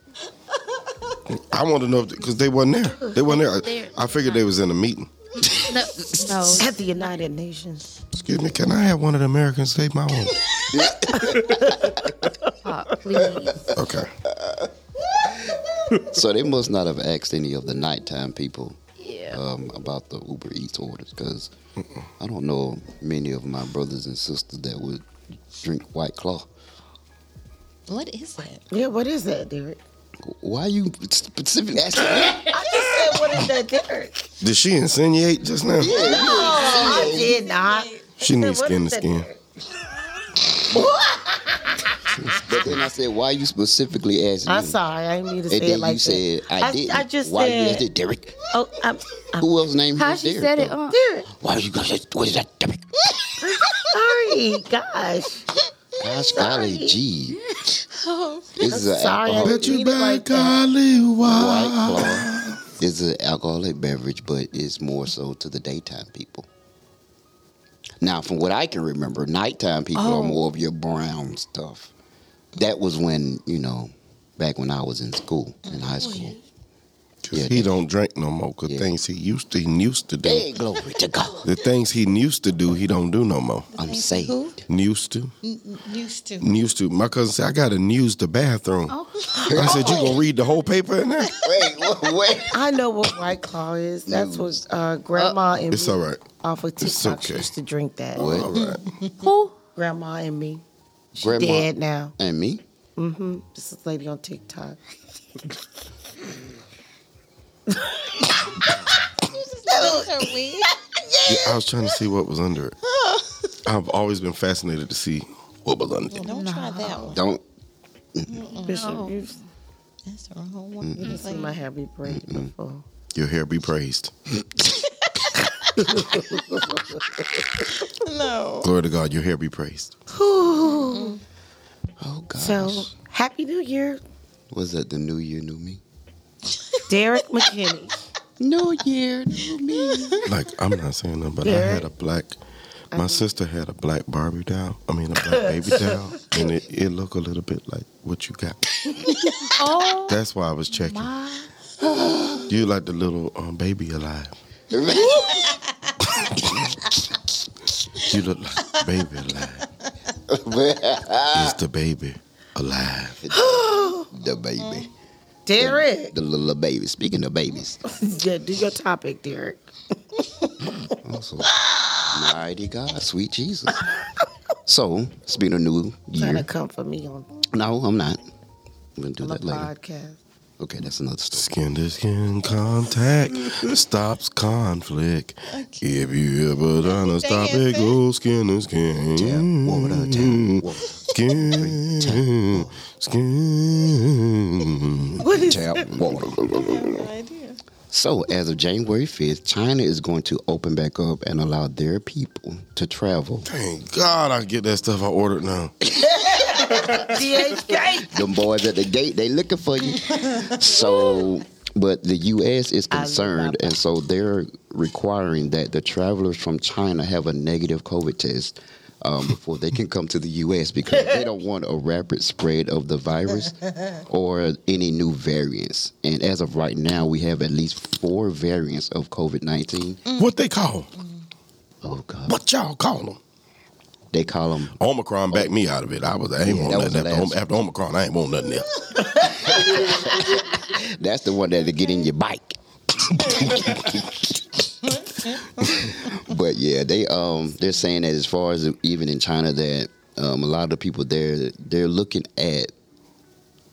I want to know because they wasn't there. They wasn't there. I, I figured they was in a meeting.
no, no.
At the United Nations.
Excuse me, can I have one of the Americans take my order?
Pop, please.
Okay.
So they must not have asked any of the nighttime people
Yeah.
um, about the Uber Eats orders because I don't know many of my brothers and sisters that would drink White Claw.
What is that?
Yeah, what is that, Derek?
Why you specifically asking? that?
I just said, what is that, Derek?
Did she insinuate just now?
I did not.
She needs
What
skin to
is that,
skin.
Derek?
But then I said, why you specifically asking?
I'm
me?
sorry. I didn't mean to say
And then
it like
you
that.
said, I, didn't.
I just
why you
said,
asked it, Derek?
oh, I'm, I'm
Who else named
How
was
she
Derek,
said it,
though?
uh,
Derek.
Why you gonna say what is that, Derek?
Sorry, gosh.
Gosh, golly, gee. This is an
Sorry, I didn't
alcoholic
Bet you
mean it
by
like that.
golly,
White
why?
Claw. It's an alcoholic beverage, but it's more so to the daytime people. Now, from what I can remember, nighttime people are more of your brown stuff. That was when you know, back when I was in school, in high school. Yeah,
He don't drink no more. Cause
Yeah.
things he used to, he used to do.
Hey, glory to God.
The things he used to do, he don't do no more.
I'm saved.
Used to,
Used to.
used to. My cousin said, I gotta use the bathroom. I said, you gonna read the whole paper in there?
Wait, wha- wait.
I know what White Claw is. That's what uh, Grandma and
It's
me
all right.
off of
It's
TikTok
okay.
used to drink that.
All right.
Who?
Grandma and me. She
Grandma.
dead now.
And me?
Mm-hmm. This is lady on TikTok.
Yeah, I was trying to see what was under it. I've always been fascinated to see what was under it.
Don't try that one.
Don't
Bishop, you've
That's the wrong one.
you've seen my hair be braided before.
Your hair be praised.
No.
Glory to God, your hair be praised.
Oh gosh.
So happy New Year,
was that the new year, new me?
Derek McKinney.
New year, new me.
Like I'm not saying nothing, but I had a black. My sister had a black Barbie doll. I mean, a black baby doll, and it, it looked a little bit like what you got.
Oh,
That's why I was checking. You like the little um, baby alive. You look like baby alive. Is the baby alive?
the baby,
Derek,
the little baby. Speaking of babies,
yeah, do your topic, Derek.
also, mighty God, sweet Jesus. So speaking of new
Trying to
year,
come for me on
no, I'm not. I'm gonna do
the
that later.
podcast.
Okay, that's another story.
Skin to skin contact stops conflict. If you ever done to stop it, go skin to skin.
Tap, one more time, one more
Skin, skin.
What is
Tap water.
idea.
So, as of January 5th, China is going to open back up and allow their people to travel.
Thank God I get that stuff I ordered now.
DHK?
Them boys at the gate, they looking for you. So, but the U.S. is concerned, and so they're requiring that the travelers from China have a negative COVID test um, before they can come to the U.S. because they don't want a rapid spread of the virus or any new variants. And as of right now, we have at least four variants of COVID 19.
What they call? 'em?
Oh, God.
What y'all call them?
They call them
Omicron backed me out of it. I was I ain't
Yeah,
want
that was
nothing
the
after, Om-
last Mm.
after Omicron. I ain't want nothing else.
That's the one that'll get in your bike. but yeah, they um they're saying that as far as even in China that um, a lot of the people there they're looking at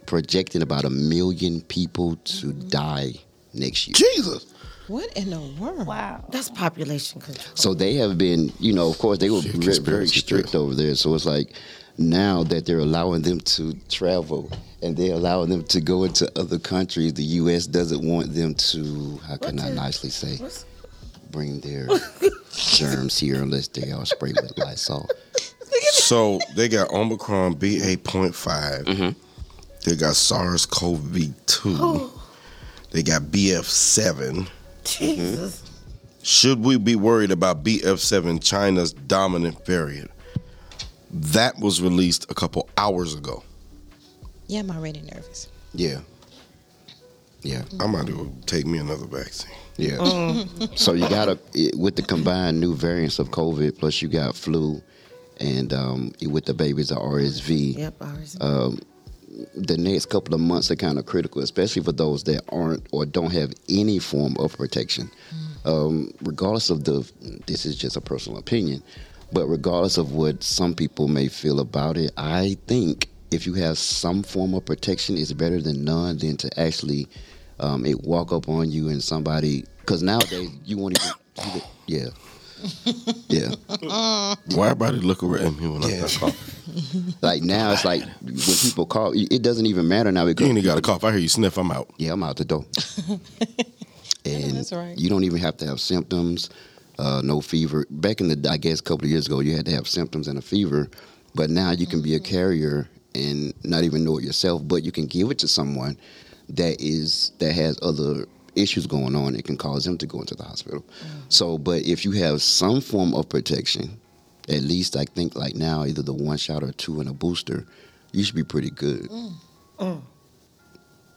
projecting about a million people to die next year.
Jesus,
What in the world? Wow.
That's population control.
So they have been, you know, of course they were
Shit,
very, very
conspiracy
strict
theory.
over there. So it's like now that they're allowing them to travel and they're allowing them to go into other countries, the U.S. doesn't want them to. How can I nicely say?
what's-
Bring their germs here unless they are sprayed with Lysol.
so they got Omicron BA.5. They got SARS CoV 2. They got BF7.
Jesus.
Should we be worried about BF7, China's dominant variant? That was released a couple hours ago.
Yeah, I'm already nervous.
Yeah. Yeah,
I might go take me another vaccine.
yeah. so you got to with the combined new variants of COVID, plus you got flu, and um, with the babies the RSV.
Yep, ours.
the next couple of months are kind of critical, especially for those that aren't or don't have any form of protection. Um, regardless of the, this is just a personal opinion, but regardless of what some people may feel about it, I think if you have some form of protection, it's better than none than to actually um, it walk up on you and somebody. Because nowadays you won't even, you don't- yeah, yeah.
Why everybody look around at me when I cough?
Like now it's like when people call, it doesn't even matter now
You
because
ain't even got a cough. I hear you sniff. I'm out.
Yeah, I'm out the door. and
that's right.
you don't even have to have symptoms, uh, no fever. Back in the, I guess, a couple of years ago, you had to have symptoms and a fever, but now you can be
Mm-hmm.
a carrier and not even know it yourself, but you can give it to someone that is that has other issues going on. It can cause them to go into the hospital.
Mm.
So, but if you have some form of protection, at least I think like now, either the one shot or two and a booster, you should be pretty good.
Mm.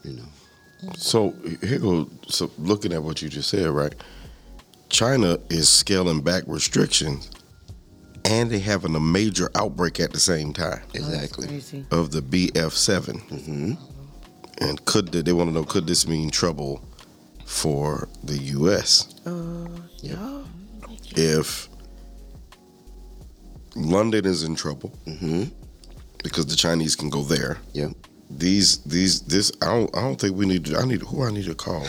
You know.
So here go. So looking at what you just said, right? China is scaling back restrictions, and they having a major outbreak at the same time
Exactly.
Crazy.
Mm-hmm.
of the BF7. And could they, they want to know? Could this mean trouble for the U.S.
Y'all,
if London is in trouble because the Chinese can go there?
Mm-hmm. Yeah.
these these this I don't I don't think we need to I need who I need to call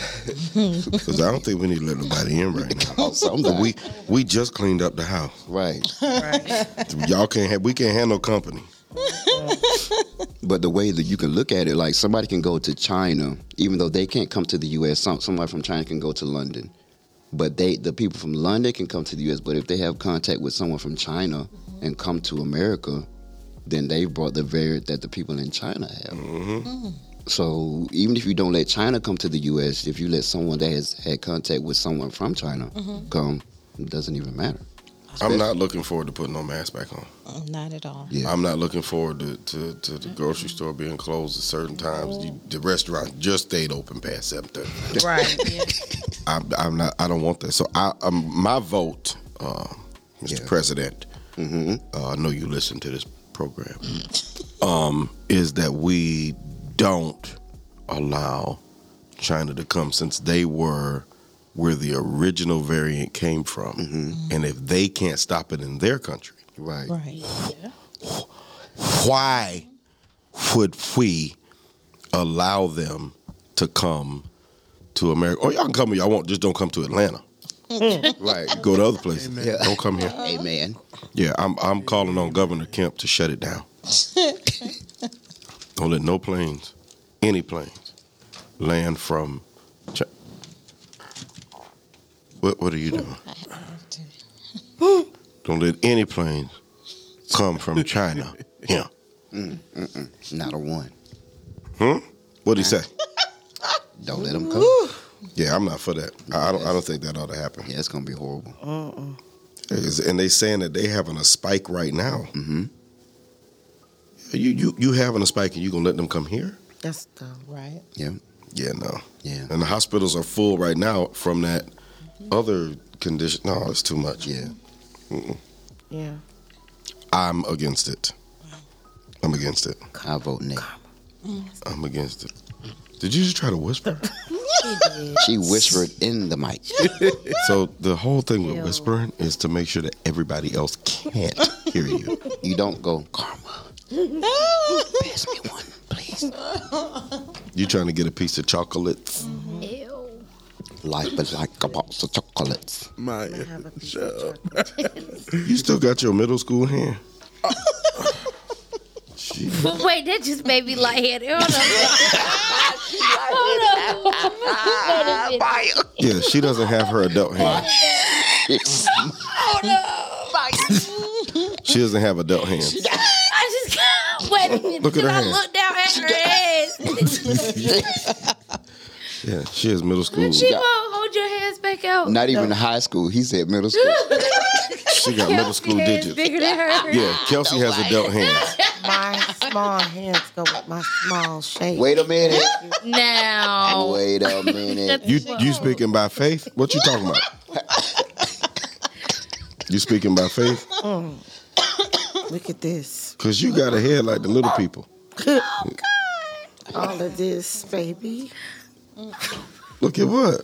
because I don't think we need to let nobody in right now. But we we just cleaned up the house.
Right.
Y'all can't have we can't handle company.
But the way that you can look at it, like somebody can go to China, even though they can't come to the U.S. Some somebody from China can go to London, but they the people from London can come to the U.S. But if they have contact with someone from China and come to America, then they brought the variant that the people in China have. So even if you don't let China come to the U.S., if you let someone that has had contact with someone from China come, it doesn't even matter.
I'm not looking forward to putting no mask back on.
Mm, Not at all.
Yeah.
I'm not looking forward to, to, to the grocery store being closed at certain times. You, the restaurant just stayed open past seven thirty.
Right.
I'm, I'm not. I don't want that. So I, um, my vote, uh, Mr.
Yeah.
President. Uh, I know you listen to this program. um, is that we don't allow China to come since they were where the original variant came from, and if they can't stop it in their country,
Right.
Right.
why would we allow them to come to America? Or y'all can come if y'all want, just don't come to Atlanta.
Right.
Go to other places. Don't come here.
Amen.
Yeah, I'm I'm calling on Governor Kemp to shut it down. don't let no planes, any planes, land from. Chi- what What are you doing?
I have to.
Don't let any planes come from China. Yeah.
Mm, Not a one.
Hmm? What'd he say?
Don't let them come.
Yeah, I'm not for that. I, I don't. I don't think that ought to happen.
Yeah, it's gonna be horrible.
Is- And they saying that they having a spike right now. Mm-hmm. You you you having a spike and you gonna let them come here?
That's dumb.
Right.
Yeah.
Yeah, no.
Yeah.
And the hospitals are full right now from that other condition. No, it's too much.
Yeah.
Yeah.
I'm against it. I'm against it.
I vote nay.
I'm against it. Did you just try to whisper?
She whispered in the mic.
so the whole thing with whispering is to make sure that everybody else can't hear you.
You don't go, Karma. Pass me one, please.
You trying to get a piece of chocolates?
Ew.
Life is like a box of chocolates.
My
Have a piece
shut
of
up.
chocolate.
You still got your middle school hand?
But wait, that just made me lightheaded. Hold on. Hold on. Hold on. a minute.
Yeah, she doesn't have her adult hand. She doesn't have adult hands.
I just wait a minute.
Look at her
Then I
hand.
looked down at her ass.
Yeah, she has middle school.
she won't hold your hands back out.
Not even high school. He said middle school.
She got middle school
Her hands
digits.
bigger than her.
Yeah, Kelsey has adult hands.
My small hands go with my small shape.
Wait a minute.
Now.
Wait a minute.
You you speaking by faith? What you talking about? You speaking by faith?
Look at this.
Cause you got a head like the little people.
All of this, baby.
Look at what?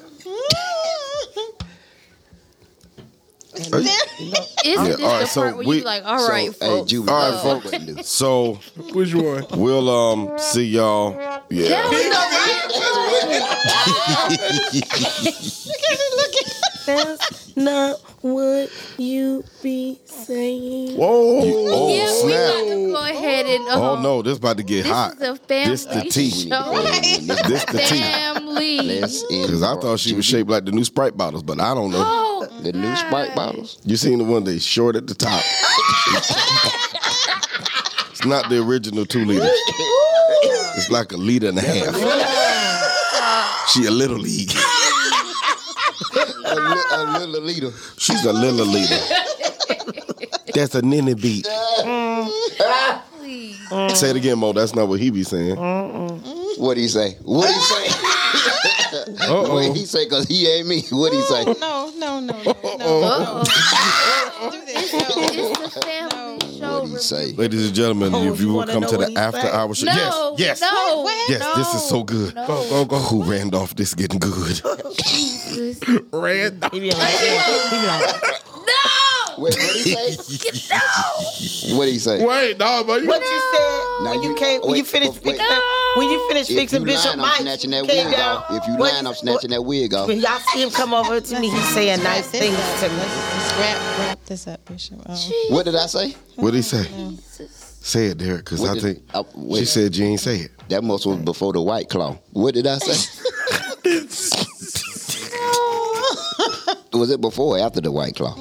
Are you-
Isn't
Yeah,
this
all right,
the
so
part where
we-
you like, all right,
Hey,
folks.
Juby,
All right,
what
folks.
you gonna do?
So
Which one?
we'll um see y'all.
That
Yeah.
was the right
That's not what you be saying.
Whoa!
yeah,
Oh
we
snap!
got to go ahead and. Uh,
Oh no, this about to get
This
hot.
is a family
This the tea.
show.
This the tea.
Family.
Let's end.
Cause I thought she was shaped like the new Sprite bottles, but I don't know.
Oh,
The new Sprite bottles.
You seen the one they short at the top. it's not the original two liters. It's like a liter and a half. she a little league.
A, li- a little leader.
She's a little leader. That's a ninny beat.
please.
Say it again, Mo. That's not what he be saying.
What do you say? What do you say? What
Uh-oh.
he say? Cause he ain't me. What do you say?
No, Oh, no, no, no, no. no. Do this. No.
It's the family show.
What do you say?
Ladies and gentlemen,
Oh,
if
you
you will
wanna
come
know
to
what
the
he
after
say?
hour show.
No,
yes, yes.
no.
Yes, this is so good.
No.
Go, go, go. Who Randolph this getting good?
Jesus.
Randolph.
He be like, he be like,
No.
Wait, what do you say? What do you say?
Wait, no, but you
what you said
Now
when you
you-
came when
wait,
you finished
wait, wait.
fixing when you finished
If you
fixing Bishop
lying, I'm
Mike,
snatching
you
that
came
wig
down.
off. If you
what-
lying, I'm snatching that wig off.
When y'all see him come over to me, he's saying nice
Let's
things to me.
Let's wrap, wrap this up, Bishop. Um,
What did I say?
What'd he say?
Jesus.
Say it, Derek, because
What
I
did-
think
uh,
she
wait.
said you ain't say it.
That must was before the White Claw. What did I say? was it before or after the White Claw?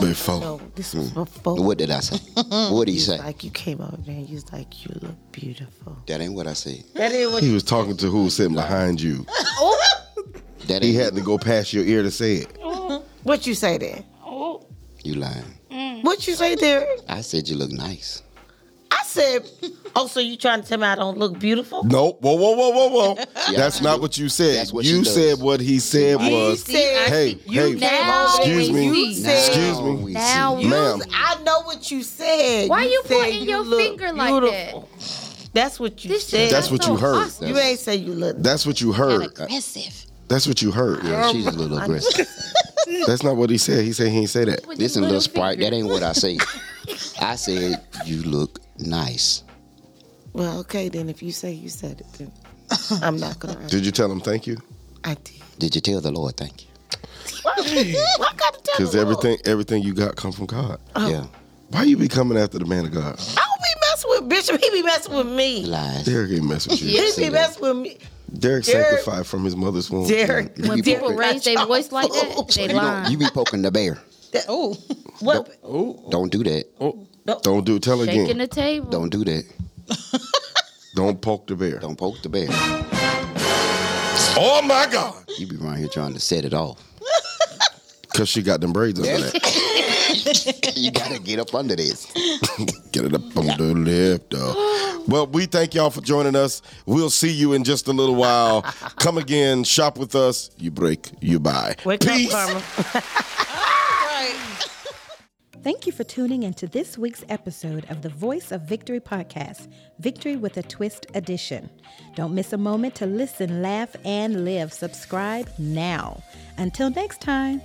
Before.
No, Oh, this was before.
Hmm. What did I say? What did he
He's
say?
like you came over there and you was like, you look beautiful.
That ain't what I said.
Hmm.
That is what
He was talking to who was sitting behind you.
That
He
ain't
had to go past your ear to say it.
what you say there.
you lying.
Hmm.
What you say there?
I said you look nice.
I said, oh, so you trying to tell me I don't look beautiful?
Nope. Whoa, whoa, whoa, whoa, whoa. That's
she
not
do.
what you said.
That's what she
you
does.
said what he said
He
was.
said,
Hey, hey,
now
excuse
we
me.
see.
Excuse
Now
me.
we
Now
see.
you-
Ma'am,
I know what you said.
Why you
said
pointing your
look
finger like
beautiful. That's what you
This shit
said.
That's what you heard.
Awesome.
you ain't say you look.
that's what you heard.
Aggressive.
That's what you heard.
Yeah,
Oh
she's a little aggressive.
That's not what he said. He said he ain't say that.
With
Listen,
them
little sprite,
fingers.
that ain't what I said. I said you look nice.
Well, okay then. If you say you said it, then I'm not gonna. Argue.
Did you tell him thank you?
I did.
Did you tell the Lord thank you?
Why I gotta tell
Because
the Lord?
everything everything you got come from God.
Oh.
Yeah.
Why you be coming after the man of God?
I don't be messing with Bishop. He be messing with me.
Lies.
Derek ain't mess with you.
Yeah.
He be messing with me.
Derek,
Derek-
sanctified from his mother's womb.
Derek.
You
When
be
people
poking-
raise their voice like that, they
You, don't,
lying.
you be poking the bear.
Oh,
What?
Don't do that.
Don't do tell
Shaking the
again.
table.
Don't do that.
Don't poke the bear.
Don't poke the bear.
Oh my God.
You be around here trying to set it off.
Cause she got them braids under that.
You gotta get up under this.
Get it up on the lip though. Well, we thank y'all for joining us. We'll see you in just a little while. Come again, shop with us. You break, you buy.
Wake
Peace.
up, Karma.
Thank you for tuning into this week's episode of the Voice of Victory podcast, Victory with a Twist edition. Don't miss a moment to listen, laugh, and live. Subscribe now. Until next time.